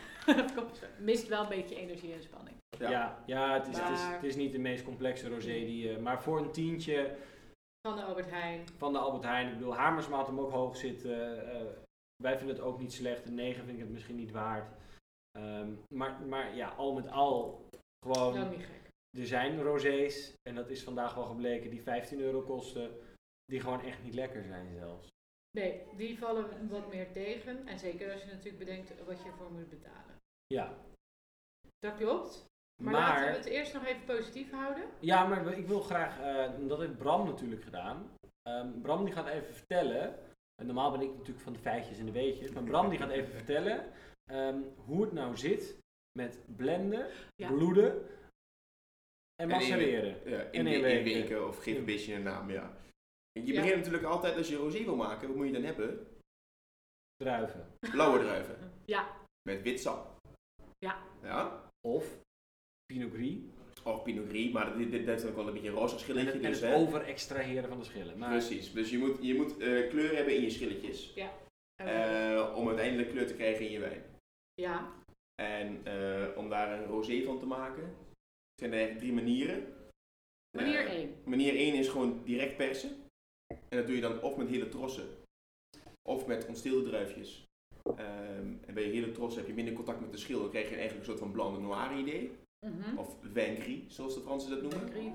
Mist wel een beetje energie en spanning. Ja, Ja. ja, het, is, het, is, Maar- het is niet de meest complexe rosé. Die, eh, maar voor een tientje Van de Albert Heijn. van de Albert Heijn. Ik bedoel, Hamersma had hem ook hoog zitten. eh, wij vinden het ook niet slecht. Een 9 vind ik het misschien niet waard. Ehm, maar, maar ja, al met al gewoon... Dat niet gek. Er zijn rosés, en dat is vandaag wel gebleken, die 15 euro kosten, die gewoon echt niet lekker zijn zelfs. Nee, die vallen wat meer tegen. En zeker als je natuurlijk bedenkt wat je ervoor moet betalen. Ja. Dat klopt. Maar, Maar, laten we het eerst nog even positief houden. ja, maar ik wil graag, eh, dat heeft Bram natuurlijk gedaan. Ehm, Bram die gaat even vertellen, en normaal ben ik natuurlijk van de feitjes en de weetjes, maar Bram die gaat even vertellen ehm, hoe het nou zit met blenden, Ja. bloeden en En in- macereren. Ja, En in, in, inweken. weken of geef een beetje een naam, ja. En je Ja. begint natuurlijk altijd als je rosé wil maken, wat moet je dan hebben? Druiven. Blauwe druiven. Ja. Met wit sap. Ja. Ja. Of Pinot Gris. Of Pinot Gris, maar dit, dit, dit is ook wel een beetje een roze En schilletje. het, en dus, het hè. overextraheren van de schillen. Maar Precies. Dus je moet, je moet eh, kleur hebben in je schilletjes. eh, om uiteindelijk kleur te krijgen in je wijn. ja. En eh, om daar een rosé van te maken, zijn er eigenlijk drie manieren. Manier Eh, 1. manier 1 is gewoon direct persen. En dat doe je dan of met hele trossen, of met ontstilde druifjes. Ehm, en bij hele trossen heb je minder contact met de schil. Dan krijg je eigenlijk een soort van blanc de noir idee. Mhm. Of vin gris, zoals de Fransen dat noemen. Ehm,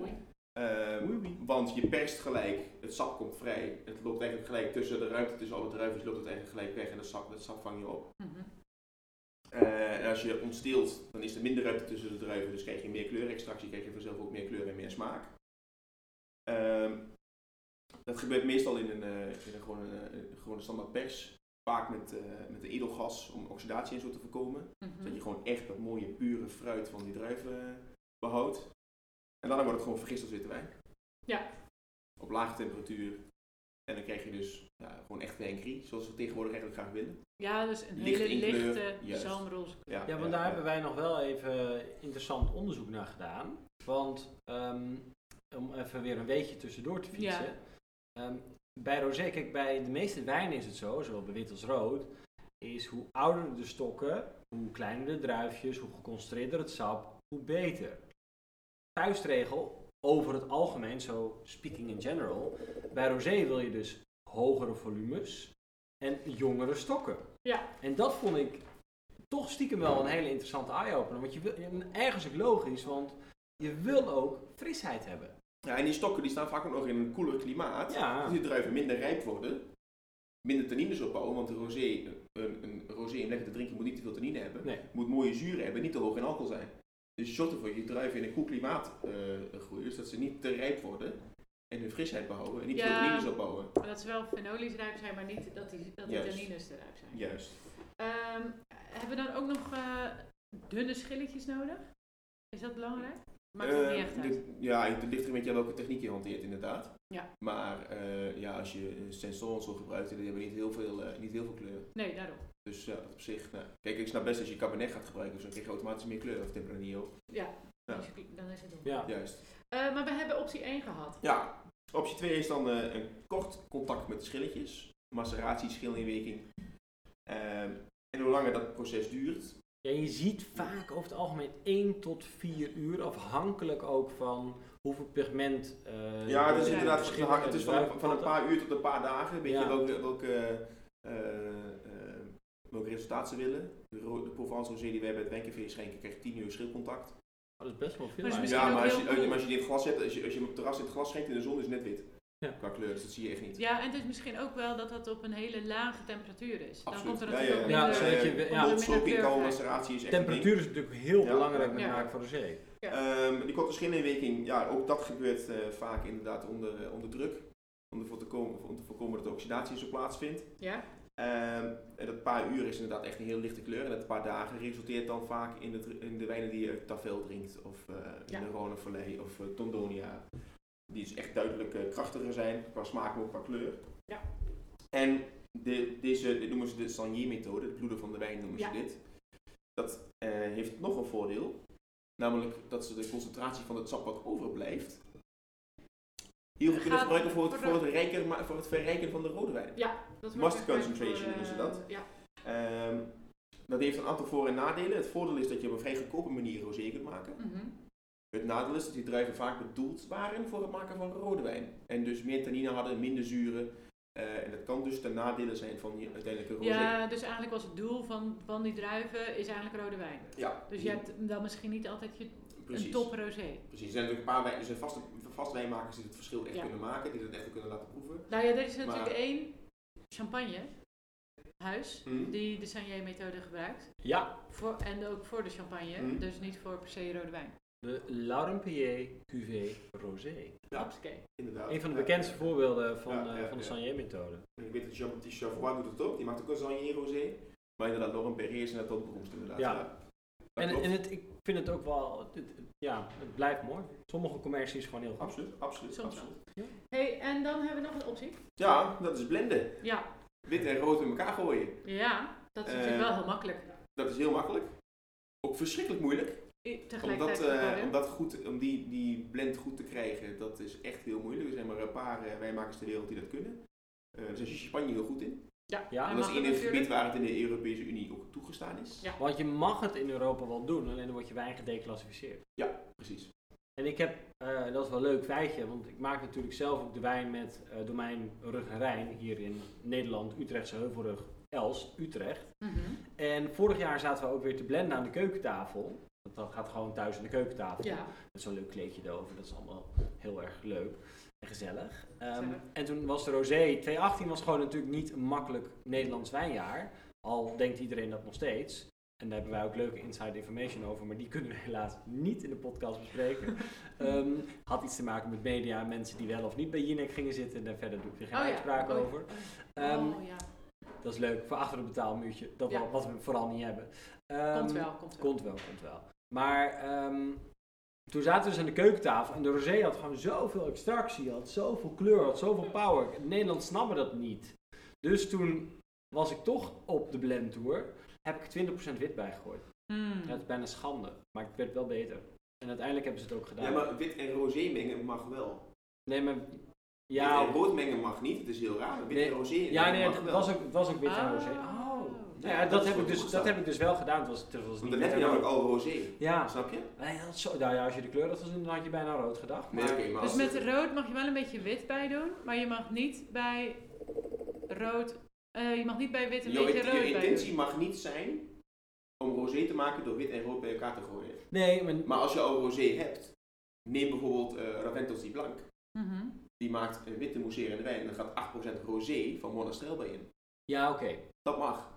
Oei, oei. want je perst gelijk, het sap komt vrij. Het loopt eigenlijk gelijk tussen de ruimte tussen alle druifjes, loopt het eigenlijk gelijk weg en dat sap, dat sap vang je op. Mhm. Eh, en als je ontsteelt, dan is er minder ruimte tussen de druiven, dus krijg je meer kleurextractie, krijg je vanzelf ook meer kleur en meer smaak. Ehm, dat gebeurt meestal in een, eh, in een gewone, eh, gewone standaard pers, vaak met, eh, met een edelgas om oxidatie en zo te voorkomen. Zodat je gewoon echt dat mooie pure fruit van die druiven eh, behoudt. En daarna wordt het gewoon vergist als witte wijn. Ja. Op lage temperatuur. En dan krijg je dus ja, gewoon echt wijn gris, zoals we tegenwoordig eigenlijk graag willen. Ja, dus een Licht hele in kleur, lichte juist. zomerroze. Ja, want daar hebben wij nog wel even interessant onderzoek naar gedaan. Want ehm, om even weer een weetje tussendoor te fietsen. Ja. Ehm, bij rosé, kijk, bij de meeste wijnen is het zo, zowel bij wit als rood, is hoe ouder de stokken, hoe kleiner de druifjes, hoe geconcentreerder het sap, hoe beter. Vuistregel, over het algemeen, zo speaking in general, bij rosé wil je dus hogere volumes en jongere stokken. Ja. En dat vond ik toch stiekem wel een hele interessante eye-opener. Want je wil, en ergens ook logisch, want je wil ook frisheid hebben. Ja, en die stokken die staan vaak ook nog in een koeler klimaat. Ja, Dus die druiven minder rijp worden, minder tannines opbouwen, want een rosé, een, een rosé om lekker te drinken moet niet te veel tannine hebben. Nee. Moet mooie zuren hebben, niet te hoog in alcohol zijn. Dus je zorgt ervoor dat je druiven in een koel klimaat eh, groeien, zodat ze niet te rijp worden en hun frisheid behouden en niet Ja. veel tannines opbouwen. Maar Dat ze wel fenolisch rijp zijn, maar niet dat die, dat die Juist. tannines te rijp zijn. Juist. Ehm, hebben we dan ook nog eh, dunne schilletjes nodig? Is dat belangrijk? Maakt het Eh, niet echt uit. dit- ja, het ligt er een beetje aan welke techniek je hanteert inderdaad. Ja. Maar eh, ja, als je sensoren zo gebruikt, die hebben niet heel veel, eh, niet heel veel kleur. Nee, daarom. Dus ja, dat op zich. Nou, kijk, ik snap best als je cabernet gaat gebruiken, dus dan krijg je automatisch meer kleur of Tempranillo. Ja, Ja. Dus ik- dan is het doen. ja. Juist. maar we hebben optie 1 gehad. Ja. Optie 2 is dan eh, een kort contact met de schilletjes. Maceratie, schilinweking. Ehm, en hoe langer dat proces duurt. Ja, je ziet vaak over het algemeen 1 tot 4 uur, afhankelijk ook van hoeveel pigment. eh, ja, het is de- ja, inderdaad de verschillend. verschillende Het is van, van een druivenpotten. paar uur tot een paar dagen. Een beetje Ja. welke, welke, eh, eh, welke resultaten ze willen. De, ro- de Provence Rosé die wij bij het Wenkenvee schenken, krijgt 10 uur schilcontact. Oh, dat is best wel veel. Maar het eigenlijk. is ja, ook maar als, heel je, eh, cool. maar als je dit glas hebt, als je, als je hem op het terras in het glas schenkt in de zon, is het net wit. Ja. Qua kleur, dus dat zie je echt niet. Ja, en het is misschien ook wel dat dat op een hele lage temperatuur is. Dan Absoluut. komt er ja, natuurlijk ja. ook Ja, minder... zodat je- eh, ja. ontstoking, minder koude kleurvrij. maceratie is echt een ding. Temperatuur is natuurlijk heel Ja. belangrijk met Ja. maken van rosé. Ehm, die korte schillenwerking, ja, ook dat gebeurt eh, vaak inderdaad onder, eh, onder druk. Om ervoor te, komen, om te voorkomen dat de oxidatie zo plaatsvindt. Ja. Ehm, en dat paar uur is inderdaad echt een heel lichte kleur. En dat paar dagen resulteert dan vaak in de, dr- in de wijnen die je uit Tavel drinkt. Of eh, Ja. in de Rhône Valley of eh, Tondonia. Die dus echt duidelijk eh, krachtiger zijn, qua smaak, maar ook qua kleur. Ja. En de, deze, dit noemen ze de Sanier-methode, het bloeden van de wijn noemen Ja. ze dit. Dat eh, heeft nog een voordeel. Namelijk dat ze de concentratie van het sap wat overblijft, Heel veel kunnen Gaat gebruiken voor het, voor voor, de- het rijken, maar voor het verrijken van de rode wijn. Dat wordt Must echt leuk concentration voor, noemen ze eh, dat. Ja. Ehm, dat heeft een aantal voor- en nadelen. Het voordeel is dat je op een vrij goedkope manier rosé kunt maken. Mhm. Het nadeel is dat die druiven vaak bedoeld waren voor het maken van rode wijn. En dus meer tannine hadden, minder zuren. Eh, en dat kan dus ten nadele zijn van die uiteindelijke rosé. ja, dus eigenlijk was het doel van, van die druiven is eigenlijk rode wijn. Ja, mm, Dus je hebt dan misschien niet altijd je, precies. een top rosé. Precies, er zijn natuurlijk een paar wijn, er zijn vaste, vast wijnmakers die het verschil echt Ja. kunnen maken, die dat echt kunnen laten proeven. Nou ja, er is natuurlijk Maar- één champagnehuis Hm. die de Sanier-methode gebruikt. Ja, Voor, en ook voor de champagne, Mhm. dus niet voor per se rode wijn. de Laurentier Cuvée Rosé. Ja. Hupsakee. Inderdaad. Een van de Ja. bekendste voorbeelden van, Ja, eh, ja, van de ja. Sanier-methode. Ik weet dat Jean-Baptiste Chavois doet het ook, die maakt ook een Zanier rosé. Maar inderdaad, Laurent Perret is inderdaad ook beroemd inderdaad. Ja. Dat En, klopt. en het, ik vind het ook wel, het, het- het- ja, het blijft mooi. Sommige commercie is gewoon heel goed. Absoluut, absoluut, Soms absoluut. Hey, en dan hebben we nog een optie. Ja, dat is blenden. Ja, Wit en rood in elkaar gooien. ja dat is natuurlijk Eh, wel heel makkelijk. Dat is heel makkelijk. Ook verschrikkelijk moeilijk. I- Om, Tegelijkertijd dat, ook wel eh, weer. om, dat goed, om die, die blend goed te krijgen, dat is echt heel moeilijk. Er zijn maar een paar eh, wijnmakers ter wereld die dat kunnen. Eh daar is Champagne heel goed in. ja, Ja, hij en dat is mag het in het natuurlijk. gebied waar het in de Europese Unie ook toegestaan is. Ja. Want je mag het in Europa wel doen, alleen dan wordt je wijn gedeclassificeerd. Precies. En ik heb, eh, dat is wel een leuk feitje, want ik maak natuurlijk zelf ook de wijn met eh domein Rug en Rijn hier in Nederland, Utrechtse Heuvelrug, Els, Utrecht. Mhm. En vorig jaar zaten we ook weer te blenden aan de keukentafel. Want dat gaat gewoon thuis aan de keukentafel. Ja, Oh, Met zo'n leuk kleedje erover, dat is allemaal heel erg leuk en gezellig. Ehm, Gezellig. en toen was de rosé, 2018 was gewoon natuurlijk niet een makkelijk Nederlands wijnjaar. Al denkt iedereen dat nog steeds. En daar hebben wij ook leuke inside information over, maar die kunnen we helaas niet in de podcast bespreken. Ehm, had iets te maken met media, mensen die wel of niet bij Jinek gingen zitten. Daar verder doe ik er geen Oh ja. uitspraak Oh ja. over. Ehm, oh, ja. dat is leuk, voor achter het betaalmuurtje. Dat Ja. wel- wat we vooral niet hebben. Ehm, komt wel, komt wel. Komt wel, komt wel. Maar ehm, toen zaten we dus aan de keukentafel en de rosé had gewoon zoveel extractie, had zoveel kleur, had zoveel power. In Nederland snappen dat niet. Dus toen was ik toch op de blend tour, heb ik er 20% wit bijgegooid. Hmm. Ja, dat is bijna schande, maar het werd wel beter. En uiteindelijk hebben ze het ook gedaan. Ja, maar wit en roze mengen mag wel. Nee, maar... Wit Ja, en rood mengen mag niet, het is heel raar. Wit Nee. en roze ja mengen nee, mag het wel. was ook, het was ook wit en Ah. rosé. Oh. Ja, Ja, dat, dat is heb goed ik dus, dat toegestaan. heb ik dus wel gedaan, het was, het was niet Want dan heb wit je en namelijk rood. al roze, Ja, snap je? nee, dat is zo, nou ja, als je de kleur had gezien, dan had je bijna rood gedacht. Nee, maar- oké, maar Dus als- met rood mag je wel een beetje wit bij doen, maar je mag niet bij rood, eh, je mag niet bij wit een jouw beetje int- je rood bij doen. intentie mag niet zijn om roze te maken door wit en rood bij elkaar te gooien. Nee, maar Maar als je al rosé hebt, neem bijvoorbeeld eh Raventos di Blanc. Mhm. Die maakt een witte mousserende wijn en daar gaat 8% rosé van Monastel bij in. Ja, oké. Dat mag.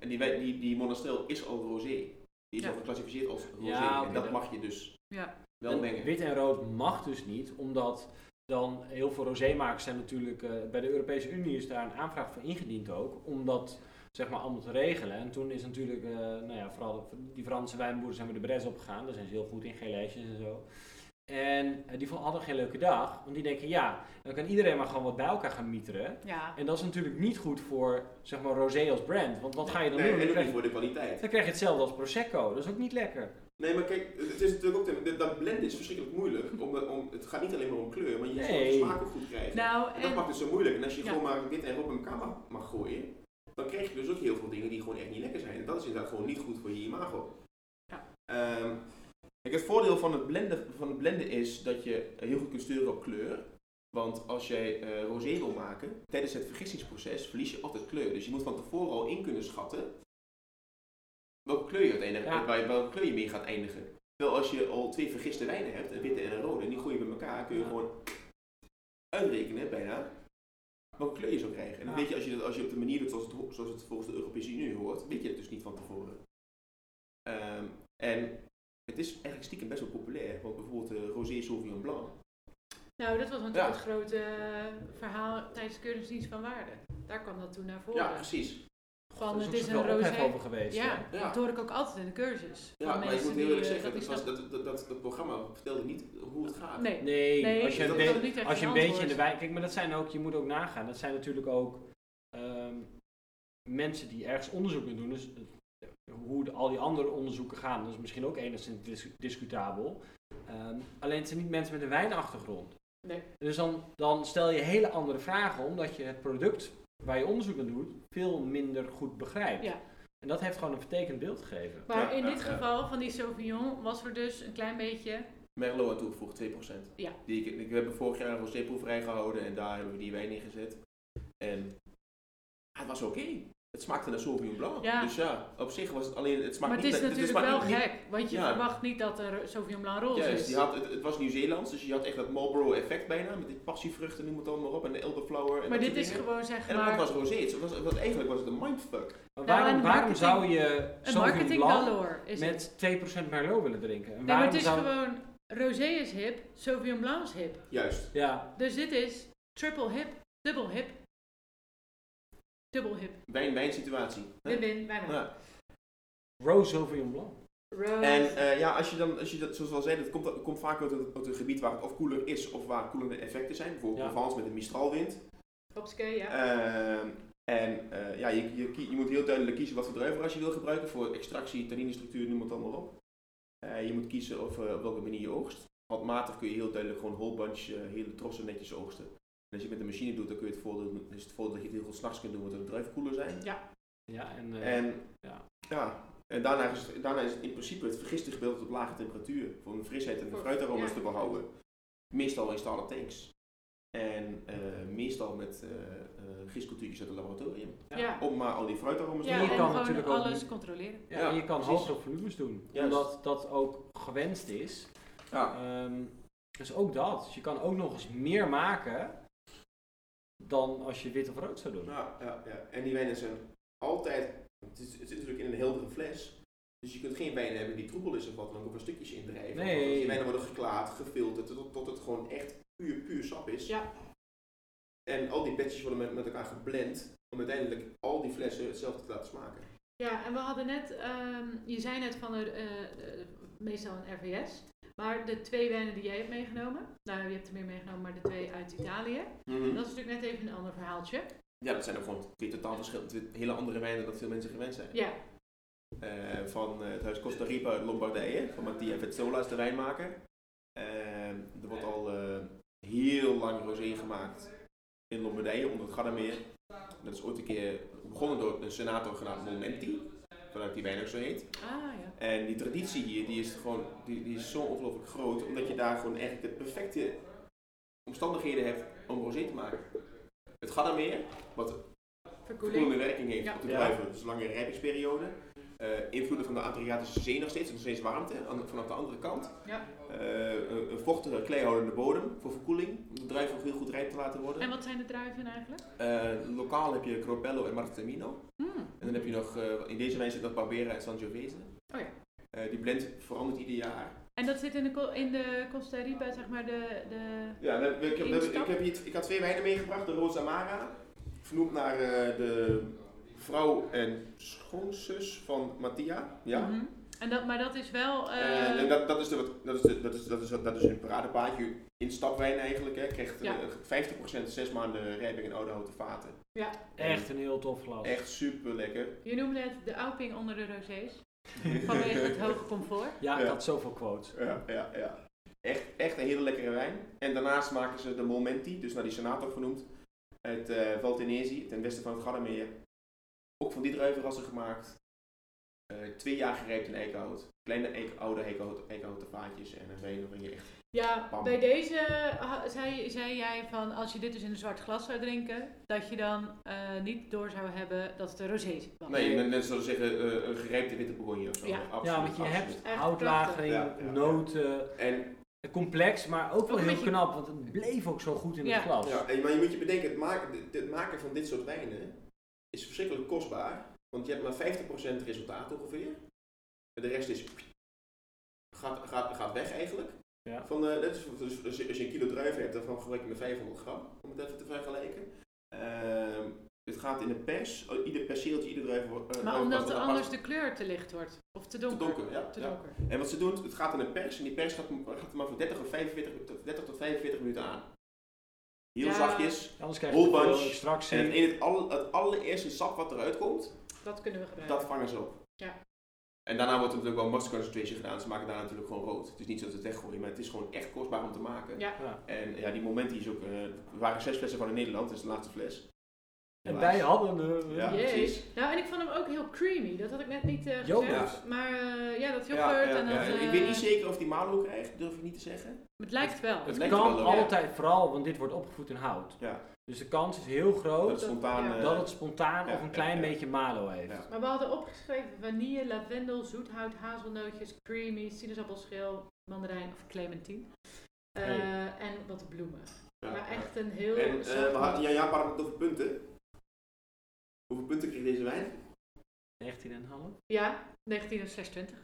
En die, wijn- die, die Monastel is al rosé. Die is Ja. al geclassificeerd als rosé. Ja, oké, en dat dat- mag je dus Ja. wel En mengen. Wit en rood mag dus niet, omdat dan heel veel rosémakers zijn natuurlijk... eh, bij de Europese Unie is daar een aanvraag voor ingediend ook, om dat zeg maar allemaal te regelen. En toen is natuurlijk, eh, nou ja, vooral de- die Franse wijnboeren zijn we de bres op gegaan. Daar zijn ze heel goed in, geen lijstjes en zo. En eh, die vonden hadden geen leuke dag, want die denken ja, dan kan iedereen maar gewoon wat bij elkaar gaan mieteren. ja. En dat is natuurlijk niet goed voor, zeg maar, rosé als brand. Want wat ga je dan Nee, doen? Dan en ook krijg je- niet voor de kwaliteit. dan krijg je hetzelfde als Prosecco. Dat is ook niet lekker. Nee, maar kijk, het is natuurlijk ook... te- Dat blenden is verschrikkelijk moeilijk. Omdat, om, het gaat niet alleen maar om kleur, maar je moet Nee. de smaak ook goed krijgen. Nou, En dat en, maakt het zo moeilijk. En als je Ja. gewoon maar wit en rood bij elkaar mag, mag gooien, dan krijg je dus ook heel veel dingen die gewoon echt niet lekker zijn. En dat is inderdaad gewoon niet goed voor je imago. Ja. Ehm, kijk, het voordeel van het, blenden, van het blenden is dat je heel goed kunt sturen op kleur. Want als jij eh, rosé wil maken, tijdens het vergissingsproces verlies je altijd kleur. Dus je moet van tevoren al in kunnen schatten welke kleur je uiteindelijk, Ja. waar je- welke kleur je mee gaat eindigen. Terwijl als je al twee vergiste wijnen hebt, een witte en een rode, en die gooi je bij elkaar, kun je Ja. gewoon uitrekenen bijna welke kleur je zou krijgen. En dan Ja. weet je als je, dat, als je op de manier doet zoals het, ho- zoals het volgens de Europese Unie hoort, weet je het dus niet van tevoren. Ehm, en het is eigenlijk stiekem best wel populair, want bijvoorbeeld eh Rosé Sauvignon Blanc. nou, dat was natuurlijk Ja. het grote eh, verhaal tijdens de keuringsdienst van waarde. Daar kwam dat toen naar voren. Ja, precies. Van, er het ook is een zoveel ophef rosé. over geweest. hè? Ja, dat hoor ik ook altijd in de cursus. Ja, Van maar ik mensen moet die, heel eerlijk eh, zeggen, dat dat, is was, dat- dat, dat, dat, dat programma vertelde niet hoe het gaat. Nee, Nee, Nee, als je, een, dat be- is ook niet echt als je een een beetje in de antwoord. wijk kijkt, maar dat zijn ook, je moet ook nagaan, dat zijn natuurlijk ook ehm, mensen die ergens onderzoek naar doen. Dus eh, hoe de- al die andere onderzoeken gaan, dat is misschien ook enigszins dis- discutabel. Ehm, alleen het zijn niet mensen met een wijnachtergrond. Nee. Dus dan, dan stel je hele andere vragen, omdat je het product waar je onderzoek aan doet veel minder goed begrijpt. Ja. En dat heeft gewoon een vertekend beeld gegeven. Maar Ja, in ja, dit ja. geval van die Sauvignon was er dus een klein beetje. Merlot aan toegevoegd, 2%. Ja. Die ik, ik, we hebben vorig jaar een roséproeverij gehouden en daar hebben we die wijn in gezet. En ah, het was oké. Het smaakte naar Sauvignon Blanc. Ja. Dus ja, op zich was het alleen... Het Maar, smaakt het niet is naar- natuurlijk smaakt wel niet- gek, want je ja. verwacht niet dat er Sauvignon Blanc roze Juist, is. die had, het, het was Nieuw-Zeelands, dus je had echt dat Marlboro-effect bijna. Met die passievruchten, noem het allemaal op. En de elderflower. En dat maar dit soort is dingen. gewoon zeg En dat maar was rosé. Het was, het was, eigenlijk was het een mindfuck. Maar Nou, waarom, waarom en marketing- zou je een Sauvignon marketing Blanc galore. Is het. met 2% Merlot willen drinken? En Nee, maar waarom het is zou- gewoon rosé is hip, Sauvignon Blanc is hip. Juist. Ja, Dus dit is triple hip, dubbel hip, dubbel hip. Wijn, wijn situatie. Win-win, wij maar. Ja. Rose Sauvignon Blanc. Rose. En eh, ja, als je dan, als je dat, zoals we al zeiden, het komt, het komt vaak uit een, uit een gebied waar het of koeler is of waar koelende effecten zijn. Bijvoorbeeld Ja. Provence met een Mistralwind. Hopske, ja. Ehm, en eh, ja, je, je, kie- je moet heel duidelijk kiezen wat voor druivenras je wil gebruiken voor extractie, tanninestructuur, noem het allemaal op. Eh, je moet kiezen of, eh, op welke manier je oogst. Handmatig kun je heel duidelijk gewoon whole bunch eh, hele trossen netjes oogsten. En als je het met een machine doet, dan kun je het voordeel, doen- is het voordeel dat je het heel goed s'nachts kunt doen, want de druiven koeler zijn. Ja, en, eh, En, Ja. ja. en daarna, is het, daarna is het in principe het vergistig beeld op lage temperatuur. Om de frisheid en de Voor- fruitaromas ja. te behouden. Meestal in stalen tanks. En eh, meestal met eh eh, gistcultuurtjes uit het laboratorium. ja. ja. Om maar al die fruitaromas Ja, je en kan gewoon natuurlijk ook alles niet- controleren. ja, ja, en je kan precies. hogere volumes doen, Juist. omdat dat ook gewenst is. Ja. Ehm, dus ook dat. Dus je kan ook nog eens meer maken dan als je wit of rood zou doen. Ja, ja, ja. En die wijnen zijn altijd... Het, is, het zit natuurlijk in een heldere fles. Dus je kunt geen wijn hebben die troebel is of wat dan ook. Of er stukjes in drijven. Nee. Want Die wijnen worden geklaard, gefilterd. Tot, tot het gewoon echt puur, puur sap is. Ja. En al die batches worden met, met elkaar geblend. Om uiteindelijk al die flessen hetzelfde te laten smaken. Ja, en we hadden net, ehm, je zei net van er, eh, de- meestal een RVS, maar de twee wijnen die jij hebt meegenomen, nou je hebt er meer meegenomen, maar de twee uit Italië, dat is natuurlijk net even een ander verhaaltje. Mhm. Ja, dat zijn ook gewoon twee totaal verschillende, twee hele andere wijnen dan veel mensen gewend zijn. Ja, Eh, van eh, het huis Costa Rica uit Lombardije, van Mattia Vezzola is de wijnmaker. Eh, er wordt al eh, heel lang rosé gemaakt in Lombardije, onder het Gardameer. Dat is ooit een keer begonnen door een senator genaamd Momenti, vanuit die wijn ook zo heet. ah ja. En die traditie hier, die is, gewoon, die, die is zo ongelooflijk groot, omdat je daar gewoon echt de perfecte omstandigheden hebt om rosé te maken. Het Gardameer, wat Verkoeling. koelende werking heeft Ja. op de Ja. druiven. Dus lange rijpingsperiode. Eh, invloeden van de Adriatische Zee nog steeds, nog steeds warmte aan- vanaf de andere kant. Ja. Eh, een een vochtige, kleihoudende bodem voor verkoeling, om de druiven ook heel goed rijp te laten worden. En wat zijn de druiven eigenlijk? Eh, lokaal heb je Cropello en Martemino. Hmm. En dan heb je nog, eh, in deze wijn zit nog Barbera en Sangiovese. Oh ja. Eh, die blend verandert ieder jaar. En dat zit in de, co- in de Costa Rica, zeg maar de, de Ja, we, we- ik, heb- we- Instap. ik, heb hier, t- ik had twee wijnen meegebracht, de Rosa Mara, vernoemd naar eh, de vrouw en schoonzus van Mattia. Ja? Mhm. en dat, maar dat is wel, eh, Eh, en dat, dat, is de, wat- dat, is de, dat, is, dat, is, dat is een paradepaadje instapwijn eigenlijk. Hè. Krijgt eh, Ja. 50% zes maanden rijping in oude houten vaten. Echt een heel tof glas. Echt super lekker. je noemde het de ouping onder de rosés, vanwege het hoge comfort. Ja, ik Ja. had zoveel quotes. Ja, ja, ja. Echt, echt een hele lekkere wijn. En daarnaast maken ze de Momenti, dus naar die senator genoemd. Uit eh Valtenesi, ten westen van het Gardameer. Ook van die druivenrassen gemaakt. Eh, twee jaar gerijpt in eikenhout. Kleine eik, oude eikenhout, eikenhouten vaatjes en een wijn waarin je echt... Ja, Bam. bij deze ha- zei, zei jij van als je dit dus in een zwart glas zou drinken, dat je dan eh, niet door zou hebben dat het een rosé is. Want- Nee, men- mensen zouden zeggen eh, een gerijpte witte bourgogne of zo. Ja. Absoluut, ja, want je absoluut. hebt Echt houtlagering, prachtig. Ja, ja, ja. noten, En, complex, maar ook wel een heel beetje- knap, want het bleef ook zo goed in Ja. het glas. ja, en- maar je moet je bedenken, het maken, het- het maken van dit soort wijnen is verschrikkelijk kostbaar. Want je hebt maar 50% resultaat ongeveer. En de rest is, gaat, gaat, gaat weg eigenlijk. Ja. Van, eh, net als- dus als, je, als je een kilo druiven hebt, daarvan gebruik je maar 500 gram. Om het even te vergelijken. Ehm, het gaat in de pers. Oh, Ieder perceeltje, ieder druif wordt... eh, maar druif omdat wordt er apart anders de kleur te licht wordt. Of te te donker. donker. Ja, Te ja. donker. En wat ze doen, het gaat in een pers en die pers gaat, gaat maar voor 30, of 45, tot- 30 tot 45 minuten aan. Heel Ja. zachtjes. Anders krijg je Whole veel bunch. extractie. En het, ene- het, alle- het allereerste sap wat eruit komt, Dat kunnen we gebruiken. dat vangen ze op. Ja. En daarna wordt er natuurlijk wel mustard concentration gedaan. Ze maken daarna natuurlijk gewoon rood. Het is niet zo dat ze het weggooien, maar het is gewoon echt kostbaar om te maken. Ja. Ja. En ja, die momenten is ook... eh, er waren zes flessen van in Nederland. Dit is de laatste fles. En Helaas. wij hadden... eh, Ja, Jee. precies. Nou, en ik vond hem ook heel creamy. Dat had ik net niet eh, gezegd. Yoghurt. Maar eh, ja, dat Ja, yoghurt ja, en dat... ja. Ik eh, weet niet zeker of die Malo krijgt. Durf ik niet te Oh, zeggen. Het lijkt wel. Het Het lijkt kan wel ook. altijd, vooral, want dit wordt opgevoed in hout. Ja. Dus de kans is heel groot dat is spontaan... ja. eh, dat het spontaan ja, of een ja, klein ja. beetje malo heeft. Ja. Maar we hadden opgeschreven vanille, lavendel, zoethout, hazelnootjes, creamy, sinaasappelschil, mandarijn of clementine. Eh, Hey. En wat bloemen. ja, maar ja. echt een heel... En eh, zacht- we hadden, ja, ja, we hadden het over punten. Hoeveel punten kreeg deze wijn? 19,5. Ja, 19 en 26.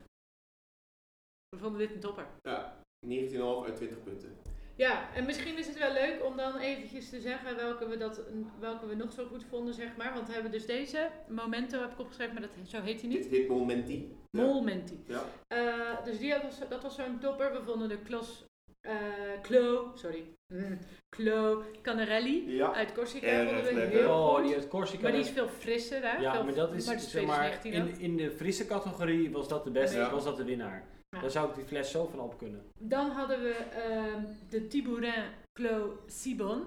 We vonden dit een topper. Ja, 19,5 uit 20 punten. Ja, en misschien is het wel leuk om dan eventjes te zeggen welke we, dat, welke we nog zo goed vonden, zeg maar. Want we hebben dus deze, Momento heb ik opgeschreven, maar dat, zo heet hij niet. Dit, dit moment die. Ja. Momenti. Ja. Eh, dus die had was, dat was zo'n topper. We vonden de Klos, eh Klo, sorry, Mm, Klo Canarelli Ja. uit Corsica Erg vonden we lekker. heel Oh, goed. die uit Corsica. maar die is veel frisser, hè? ja, Veel- maar dat is, maar het zeg maar, 2019 ook. in, in de Friese categorie was dat de beste, Ja. was dat de winnaar. Ja. Daar zou ik die fles zo van op kunnen. Dan hadden we ehm, de Tibourin Clos Sibon.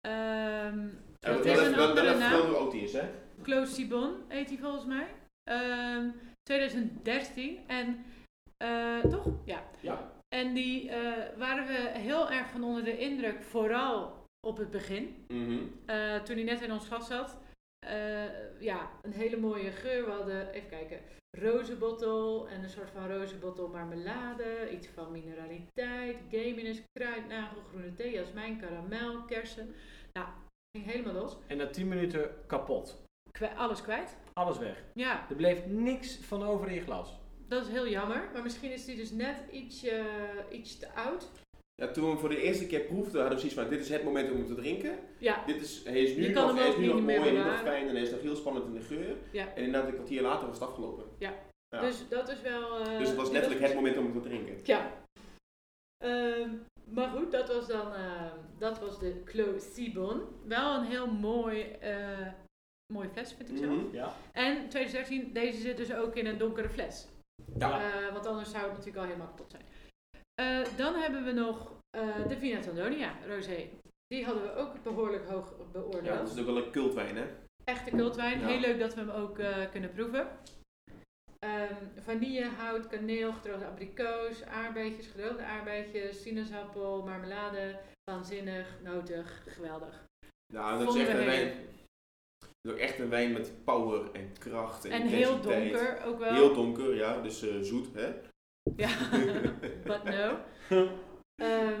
Ehm, En dat dat- is dat- een dat- andere dat- naam. Dat ook die is, hè? Clos Sibon heet hij volgens mij. Ehm, 2013. En eh, toch? Ja. Ja. En die eh, waren we heel erg van onder de indruk, vooral op het begin. Mhm. Eh, toen hij net in ons glas zat. eh, ja, een hele mooie geur. We hadden, even kijken, rozenbottel en een soort van rozenbottel marmelade. Iets van mineraliteit, gaminus, kruidnagel, groene thee, jasmijn, karamel, kersen. Nou, ging helemaal los. En na 10 minuten kapot. Kwa- alles kwijt. Alles weg. Ja, Er bleef niks van over in je glas. dat is heel jammer. Maar misschien is die dus net iets, iets te oud. Ja, toen we hem voor de eerste keer proefden, hadden we zoiets van, dit is het moment om hem te drinken. Ja, Dit is, hij is Je nu kan nog, hem hij is ook nu niet nog meer mooi en nu nog bewaren. fijn en hij is nog heel spannend in de geur. Ja. En inderdaad, een kwartier later was het afgelopen. Ja. dus dat is wel... eh, dus het was die letterlijk het moment om hem te drinken. Ja. Ehm, maar goed, dat was dan ehm, dat was de Clos Sibon. Wel een heel mooi, eh mooi fles, vind ik zo. Mhm. Ja. En 2016, deze zit dus ook in een donkere fles. Ja. Eh, want anders zou het natuurlijk al helemaal kapot zijn. Eh, dan hebben we nog eh, de Vina Tandonia, Rosé. Die hadden we ook behoorlijk hoog beoordeeld. Ja, dat is natuurlijk wel een cultwijn, hè? Echte cultwijn. Ja. Heel leuk dat we hem ook eh, kunnen proeven. Ehm, vanille, hout, kaneel, gedroogde abrikoos, aardbeidjes, gedroogde aardbeidjes, sinaasappel, marmelade. Waanzinnig, notig, geweldig. Ja, dat is Vonden echt we een heel wijn. Dat is ook echt een wijn met power en kracht en, En heel intensiteit. donker ook wel. Heel donker, ja. Dus eh, zoet, hè? Ja, but no. Ehm,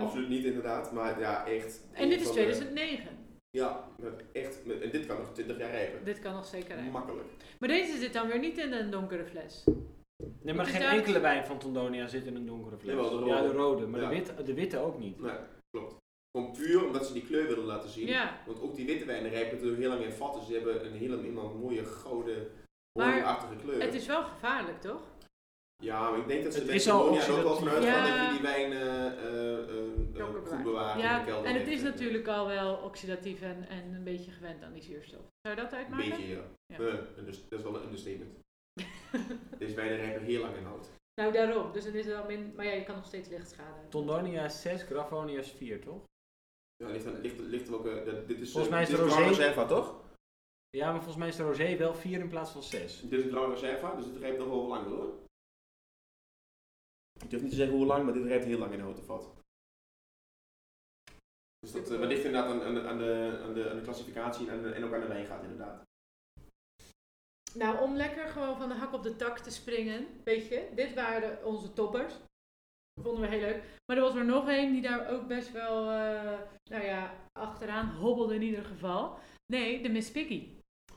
Absoluut niet, inderdaad. Maar ja, echt. en dit is van de- 2009. Ja, met echt. met- en dit kan nog 20 jaar rijpen. Dit kan nog zeker rijpen. Makkelijk. Maar deze zit dan weer niet in een donkere fles. Nee, maar Het is geen duidelijk- enkele wijn van Tondonia zit in een donkere fles. Jawel, de rode. Ja, de rode. Maar Ja. de, witte, de witte ook niet. Nee, klopt. Gewoon puur omdat ze die kleur wilden laten zien. Ja, Want ook die witte wijnen rijpen natuurlijk heel lang in vatten. Ze hebben een hele helemaal mooie, gouden, Maar honingachtige kleur. het is wel gevaarlijk, toch? Ja, maar ik denk dat ze Het bij is al Bologna er ook wel oxidatief. vanuit gaan dat Ja. je die wijn eh, eh, eh, eh, Donker goed bewaren. bewaart in de Ja, kelder. en het is Eh, natuurlijk al wel oxidatief en, en een beetje gewend aan die zuurstof. Zou je dat Een uitmaken? beetje, ja. Ja. Eh, en dus, dat is wel een understatement. Deze wijnen rijpen heel lang in hout. nou, daarom. Dus dan is het al min. Maar ja, je kan nog steeds lichtschade hebben. Tondonia is 6, Gravonia is 4, toch? Ja, ligt, aan- ligt, ligt er ook... eh, dat- dit is, Volgens eh, mij is dit de Grand rosé- Reserva, toch? Ja, maar volgens mij is de rosé wel 4 in plaats van 6. Dit is een Grand Reserva, dus dit rijpt nog wel lang hoor. Ik durf niet te zeggen hoe lang, maar dit rijpt heel lang in houten vat. Dus dat, eh, maar ligt inderdaad aan, aan, de- aan, de, aan, de, aan de klassificatie en, aan de- en ook aan de wijngaard inderdaad. Nou, om lekker gewoon van de hak op de tak te springen. Weet je, dit waren onze toppers. Vonden we heel leuk. Maar er was er nog één die daar ook best wel, eh, nou ja, achteraan hobbelde in ieder geval. Nee, de Miss Piggy.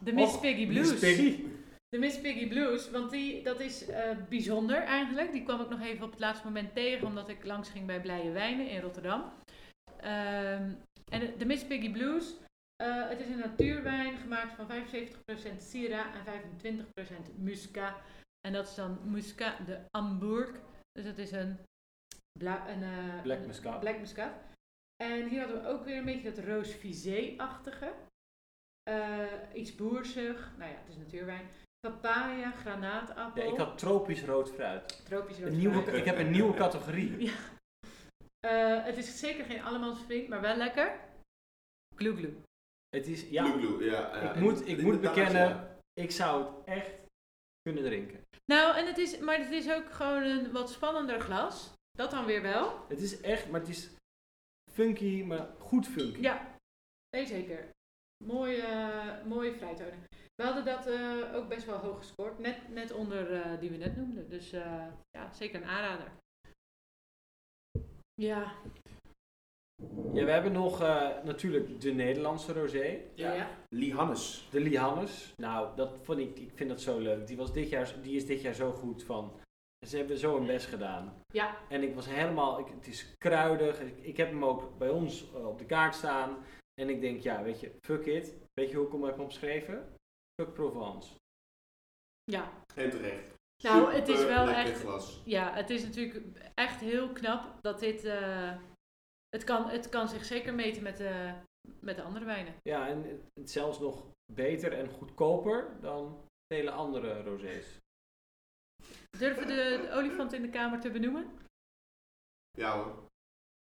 De Miss Och, Piggy Blues. Miss Piggy. De Miss Piggy Blues, want die, dat is eh, bijzonder eigenlijk. Die kwam ik nog even op het laatste moment tegen, omdat ik langs ging bij Blije Wijnen in Rotterdam. Ehm, en de Miss Piggy Blues, eh, het is een natuurwijn gemaakt van 75% Syrah en 25% Musca. En dat is dan Musca de Hamburg. Dus dat is een, bla, een eh, Black Muscat. Black Muscat. En hier hadden we ook weer een beetje dat roos visé-achtige. Eh, iets boersig. Nou ja, het is natuurwijn. papaya, granaatappel, Ja, ik had tropisch rood fruit. tropisch rood Een nieuwe, fruit. ik heb een nieuwe categorie. Eh, het is zeker geen allemans vriend, maar wel lekker. Glu glu. Het is, ja, Blue Blue, ja. ja. Ik moet- ik moet Inderdaad, bekennen- ja. ik zou het echt kunnen drinken. Nou, en het is, maar het is ook gewoon een wat spannender glas. Dat dan weer wel. Het is echt, maar het is funky, maar goed funky. Ja, nee zeker. Mooie, eh, mooie vrijtonen. We hadden dat eh, ook best wel hoog gescoord. Net, net onder eh, die we net noemden. Dus eh, ja, zeker een aanrader. Ja, Ja, we hebben nog eh, natuurlijk de Nederlandse rosé, ja. ja. Lee Hannes. de Lihannes. Nou, dat vond ik, ik vind dat zo leuk. Die, was dit jaar, die is dit jaar zo goed van. Ze hebben zo hun best gedaan. Ja. En ik was helemaal, ik, het is kruidig. Ik, ik heb hem ook bij ons eh, op de kaart staan. En ik denk, ja, weet je, fuck it. Weet je hoe ik hem heb omschreven? Fuck Provence. En terecht. Nou, het is wel Superlekker echt- glas. Ja, het is natuurlijk echt heel knap dat dit. eh, het, kan, het kan zich zeker meten met, eh, met de andere wijnen. Ja, en het, het zelfs nog beter en goedkoper dan vele andere rosés. Durven de, de olifant in de kamer te benoemen? Ja hoor.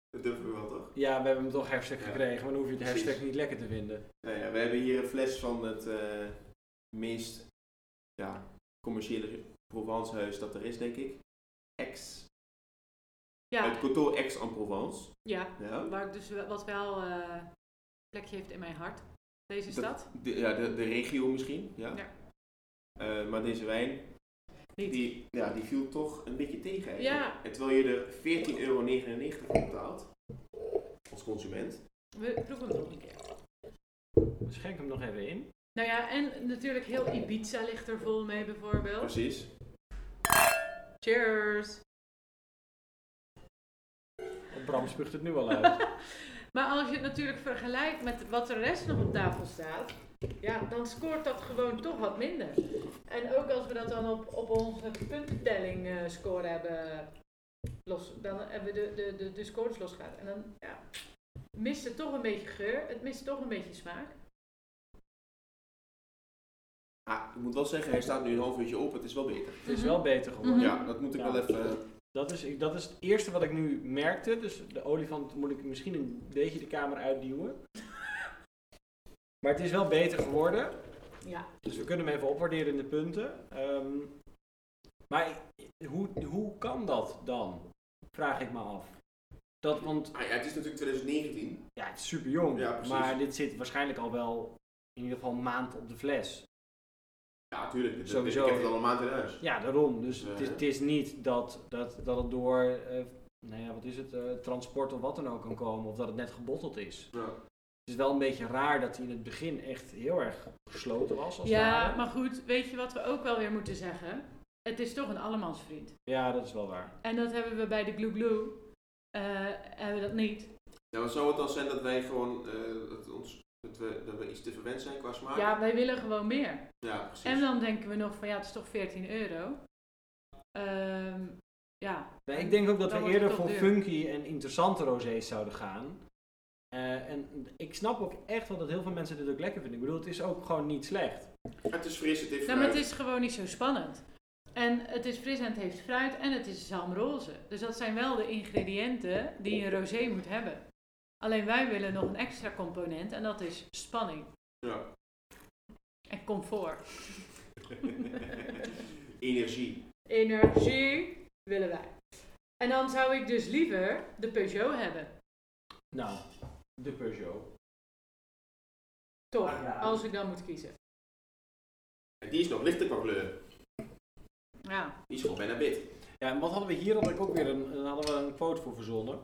Dat durven we wel toch? Ja, we hebben hem toch hashtag Ja. gekregen, maar dan hoef je het Precies. hashtag niet lekker te vinden. Nou ja, we hebben hier een fles van het eh, meest ja, commerciële Provencehuis dat er is, denk ik. Ex. Het Ja, Coteau Ex en Provence. ja. Ja, Waar ik dus wel- wat wel eh plekje heeft in mijn hart. Deze Dat- stad. de, ja, de, de regio misschien. Ja. Ja. Eh, maar deze wijn, Niet. die, ja, die viel toch een beetje tegen. eigenlijk. Ja. En terwijl je er 14,99 euro voor betaalt, als consument. We proeven hem nog een keer. Schenk hem nog even in. Nou ja, en natuurlijk heel Ibiza ligt er vol mee bijvoorbeeld. Precies. Cheers! Want Bram spuugt het nu al uit. Maar als je het natuurlijk vergelijkt met wat de rest nog op tafel staat, ja, dan scoort dat gewoon toch wat minder. En ook als we dat dan op, op onze puntentelling eh, score hebben los, dan hebben we de, de, de, de scores losgehaald. En dan ja, mist het toch een beetje geur, het mist toch een beetje smaak. Ah, ik moet wel zeggen, hij staat nu een half uurtje op. Het is wel beter. Het is wel beter geworden. Mhm. Ja, dat moet ik Ja. wel even... eh, Dat, is, dat is het eerste wat ik nu merkte. Dus de olifant moet ik misschien een beetje de kamer uitduwen. Maar het is wel beter geworden. Ja. Dus we kunnen hem even opwaarderen in de punten. Ehm, maar ik- hoe, hoe kan dat dan? Vraag ik me af. Dat, want Ah, ja, het is natuurlijk 2019. ja, het is super jong. Ja, precies. maar dit zit waarschijnlijk al wel in ieder geval een maand op de fles. Ja, tuurlijk. Dat- Sowieso. Ik heb het al een maand in huis. Ja, daarom. Dus het, is, Ja. het is niet dat, dat, dat het door eh, nou ja, wat is het, eh, transport of wat dan ook kan komen. Of dat het net gebotteld is. Ja. Het is wel een beetje raar dat hij in het begin echt heel erg gesloten was. Als het ja, ware. maar goed, weet je wat we ook wel weer moeten zeggen? Het is toch een allemansvriend. ja, dat is wel waar. En dat hebben we bij de Blue Blue, eh, hebben we dat niet. Nou, wat zou het dan zijn dat wij gewoon eh, dat, ons, dat, we, dat we iets te verwend zijn qua smaak? Ja, wij willen gewoon meer. Ja, Ah. precies. En dan denken we nog van ja, het is toch 14 euro. Ehm, ja. Nee, ik denk ook dat we Dan wordt het eerder toch voor duur. funky en interessante rosés zouden gaan. Eh, en ik snap ook echt wel dat heel veel mensen dit ook lekker vinden. Ik bedoel, het is ook gewoon niet slecht. Het is fris, het heeft Nou, maar het fruit. is gewoon niet zo spannend. En het is fris en het heeft fruit en het is zalmroze. Dus dat zijn wel de ingrediënten die een rosé moet hebben. Alleen wij willen nog een extra component en dat is spanning Ja. en comfort. Energie. Energie willen wij. En dan zou ik dus liever de Peugeot hebben. Nou, de Peugeot. Toch, Ah, ja. als ik dan moet kiezen. En die is nog lichter qua kleur. Ja, Die is gewoon bijna wit. Ja, en wat hadden we hier? Had ik ook weer een, een- hadden we een quote voor verzonnen.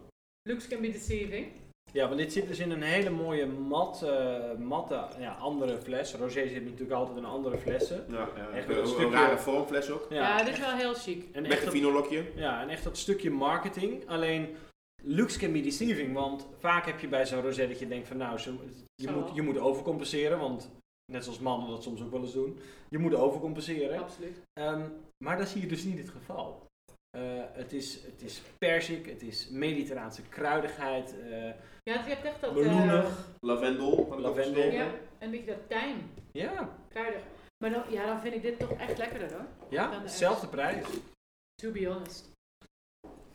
looks can be deceiving. Ja, want dit zit dus in een hele mooie matte, matte ja, andere fles. Rosé zit natuurlijk altijd in andere flessen. Ja, ja. Echt een, wel een een stukje- rare vormfles ook. Ja, dit is wel heel chic. en Met echt een dat- vinolokje. Ja, en echt dat stukje marketing. Alleen, looks can be deceiving. Want vaak heb je bij zo'n rosé dat je denkt van nou, ze- je, Zo. moet, je moet overcompenseren. Want net zoals mannen dat soms ook wel eens doen. Je moet overcompenseren. Absoluut. Ehm, maar dat zie je dus niet het geval. Eh, het, is, het is persik, het is mediterraanse kruidigheid, eh, Ja, je hebt echt dat... eh, meloenig. Lavendel. had ik ook Lavendel. gestoken. Ja, een beetje dat tijm, Ja, kruidig. Maar dan, ja, dan vind ik dit toch echt lekkerder hoor. Ja, Dan de dezelfde prijs. To be honest.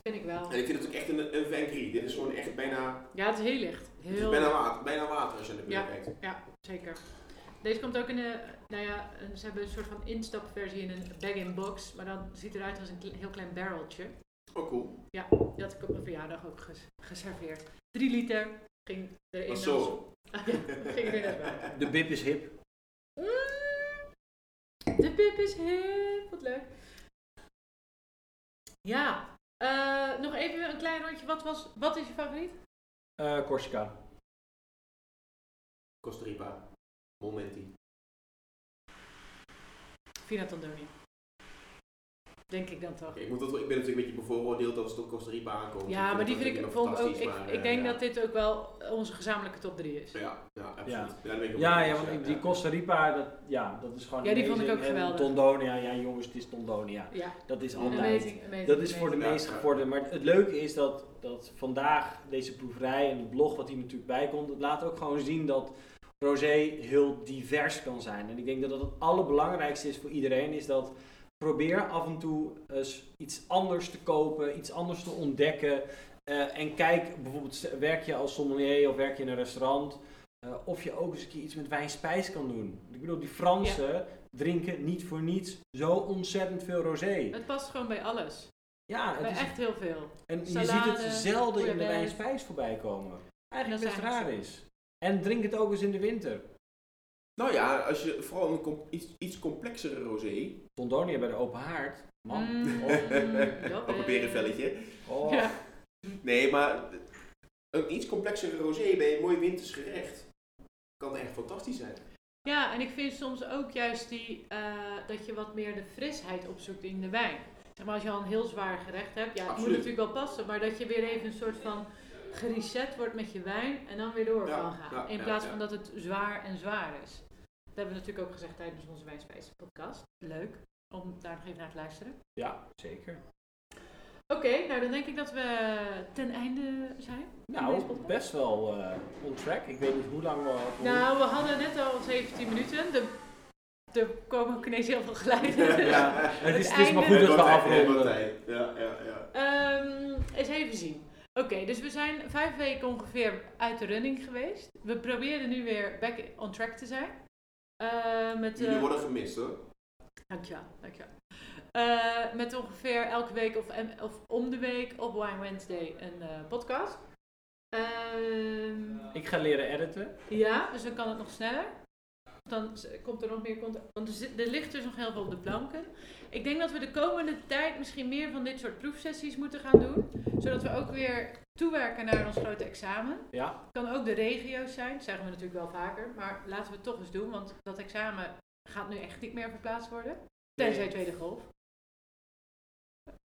Vind ik wel. En ik vind het ook echt een, een vangrie. Dit is gewoon echt bijna, Ja, het is heel licht. het is Heel bijna, water, bijna water als je aan de Ja. binnen kijkt. Zeker. Deze komt ook in een, nou ja, een- ze hebben een soort van instapversie in een bag-in-box, maar dan ziet eruit als een kle- heel klein barreltje. Oh cool. Die had ik op mijn verjaardag ook ges- geserveerd. 3 liter ging erin. Dat zo. als- ja, ging erin als water. De bib is hip. Mm, De pip is heel wat leuk. Ja, eh, nog even een klein rondje. Wat, was, wat is je favoriet? Eh Corsica. Costa Rica. Momenti. Fina Tandoni. Denk ik dan toch. Oké, ik, moet dat, wel- ik ben natuurlijk een beetje bevooroordeeld als het op Costa Rica aankomt. Ja, maar die vind ik, dat vond ook, fantastisch, ik, maar, ik eh, denk ja. dat dit ook wel onze gezamenlijke top 3 is. Ja, ja, absoluut. Ja. Ja, daar ben ik ook Ja, mee ja, eens, want ja, ik- die ja. Costa Rica, dat, ja, dat is gewoon Ja, die vond amazing. ik ook geweldig. En Tondonia, ja jongens, het is Tondonia. Ja, Dat is altijd. amazing, amazing. Dat is voor de amazing. Ja, meest ja. gevorderden. Maar het leuke is dat, dat vandaag deze proeverij en het blog wat hier natuurlijk bij komt, het laat ook gewoon zien dat rosé heel divers kan zijn. En ik denk dat dat het allerbelangrijkste is voor iedereen, is dat probeer af en toe eens iets anders te kopen, iets anders te ontdekken. Eh, en kijk, bijvoorbeeld werk je als sommelier of werk je in een restaurant, eh, of je ook eens een keer iets met wijn spijs kan doen. Ik bedoel, die Fransen drinken niet voor niets zo ontzettend veel rosé. Het past gewoon bij alles. Ja, het Bij is echt heel veel. en je Salade, ziet het zelden in de bouillabaisse. wijnspijs voorbij komen. Eigenlijk Dat best is raar eigenlijk is. En drink het ook eens in de winter. Nou ja, als je vooral een com- iets, iets complexere rosé. Mm, Tondonia bij de open haard. Man. Mm, Oh. mm, dat Ook een is- berenvelletje. Oh. Ja. Nee, maar een iets complexere rosé bij een mooi winters gerecht kan echt fantastisch zijn. Ja, en ik vind soms ook juist die, eh, dat je wat meer de frisheid opzoekt in de wijn. Zeg maar als je al een heel zwaar gerecht hebt, ja, het moet Absoluut. natuurlijk wel passen, maar dat je weer even een soort van gereset wordt met je wijn en dan weer door Ja, kan gaan. ja, in ja, plaats ja. van dat het zwaar en zwaar is. Dat hebben we natuurlijk ook gezegd tijdens onze Wijnspijs podcast. Leuk om daar nog even naar te luisteren. ja, zeker. Oké, nou dan denk ik dat we ten einde zijn. Deze Nou, podcast? best wel eh on track. Ik weet niet hoe lang we al- Nou, we hadden net al 17 minuten. De, er komen ook ineens heel veel Ja, geluiden. het, is, Het het is maar einde. goed dat we Wat tijd, wat afronden. tijd. Ja, ja, ja. Ehm, eens even zien. Oké, dus we zijn vijf weken ongeveer uit de running geweest. We proberen nu weer back on track te zijn. Eh, met, eh, Jullie worden gemist hoor. Dankjewel, dankjewel. Eh, met ongeveer elke week of, en- of om de week op Wine Wednesday een eh, podcast. Ehm, Ik ga leren editen. ja, dus dan kan het nog sneller. Dan z- komt er nog meer content. Want er, zit- er ligt dus nog heel veel op de planken. Ik denk dat we de komende tijd misschien meer van dit soort proefsessies moeten gaan doen. Zodat we ook weer toewerken naar ons grote examen. Ja, Het kan ook de regio's zijn, dat zeggen we natuurlijk wel vaker. Maar laten we het toch eens doen, want dat examen gaat nu echt niet meer verplaatst worden. Tenzij Nee. tweede golf.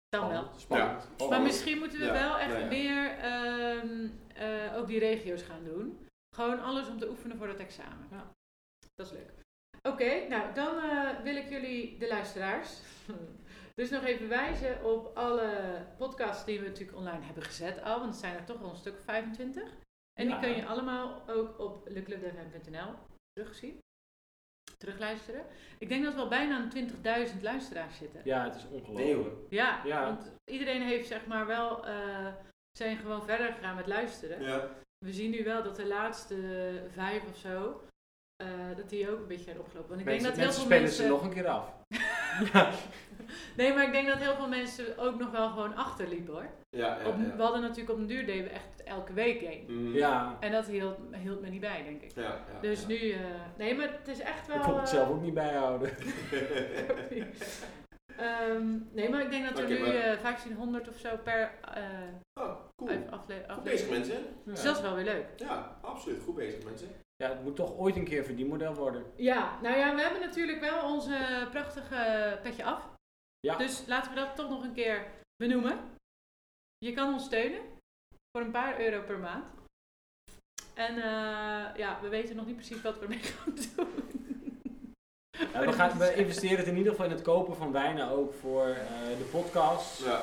Dan wel. spannend. spannend. Oh. Maar misschien moeten we Ja, wel echt ja, ja. meer ehm, eh, ook die regio's gaan doen. Gewoon alles om te oefenen voor dat examen. Ja. Dat is leuk. Oké, nou dan eh, wil ik jullie, de luisteraars, dus nog even wijzen op alle podcasts die we natuurlijk online hebben gezet al. Want het zijn er toch al een stuk of 25. En Ja. die kun je allemaal ook op leclubdfm.nl terugzien. Terugluisteren. Ik denk dat we al bijna aan 20.000 luisteraars zitten. Ja, het is Nee, ongelooflijk. hoor. Ja, Ja. want iedereen heeft zeg maar wel, eh, zijn gewoon verder gegaan met luisteren. Ja. We zien nu wel dat de laatste vijf of zo, eh, dat die ook een beetje zijn opgelopen. Want ik mensen denk dat mensen heel veel spelen mensen... ze nog een keer af. ja. Nee, maar ik denk dat heel veel mensen ook nog wel gewoon achterliepen hoor. Ja, ja, Op- ja. We hadden natuurlijk op een duur deden we echt elke week één. Mhm. ja, En dat hield, hield me niet bij, denk ik. Ja, ja, Dus ja. nu, eh, nee, maar het is echt wel... ik kon eh, het zelf ook niet bijhouden. ehm, nee, maar ik denk dat er Oké, nu maar- eh, 1500 of zo per eh Oh, cool. afle- aflevering. Goed bezig mensen. Ja. Dus dat is wel weer leuk. Ja, absoluut. Goed bezig mensen. ja, het moet toch ooit een keer verdienmodel worden. Ja, nou ja, we hebben natuurlijk wel onze prachtige petje af. Ja. Dus laten we dat toch nog een keer benoemen. Je kan ons steunen voor een paar euro per maand. En eh, ja, we weten nog niet precies wat we ermee gaan doen. Oh, Ja, we, gaan, we investeren het in ieder geval in het kopen van wijnen ook voor eh, de podcast. Ja.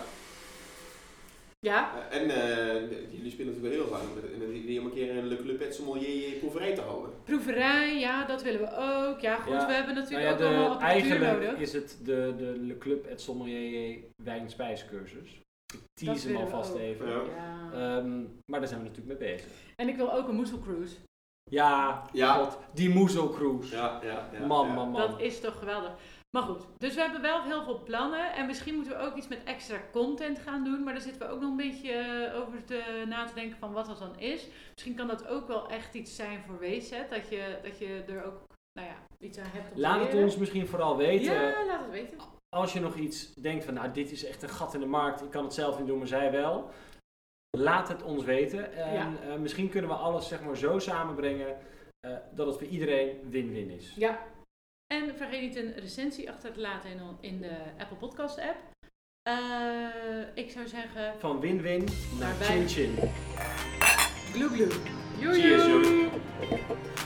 Ja, Eh, En eh, jullie spelen natuurlijk wel heel vaak. En die- die om een keer een Le Club met sommelier je proeverij te houden. Proeverij, ja, dat willen we ook. Ja, goed, Ja, we hebben Nou natuurlijk ja, ook allemaal de, wat cultuur eigenlijk nodig. is het de, de Le Club et Sommelier wijn-spijscursus. Ik tease hem willen we alvast ook. even. Ja. Ja. Ehm, maar daar zijn we natuurlijk mee bezig. En ik wil ook een moezelcruise. Ja, Ja. God, die moezelcruise. Ja, ja, ja. man, ja. man, man. Dat is toch geweldig. Maar goed, dus we hebben wel heel veel plannen. En misschien moeten we ook iets met extra content gaan doen. Maar daar zitten we ook nog een beetje eh, over te, na te denken van wat dat dan is. Misschien kan dat ook wel echt iets zijn voor WZ. Dat je, dat je er ook nou ja, iets aan hebt om te Laat het leren. ons misschien vooral weten. Ja, laat het weten. Als je nog iets denkt van, nou, dit is echt een gat in de markt. Ik kan het zelf niet doen, maar zij wel. Laat het ons weten. En Ja. eh, misschien kunnen we alles zeg maar, zo samenbrengen eh, dat het voor iedereen win-win is. Ja. En vergeet niet een recensie achter te laten in, on- in de Apple Podcast app. Eh, ik zou zeggen, Van win-win naar wij- chin-chin. gloe gloe. Joejoe. Cheers, joe.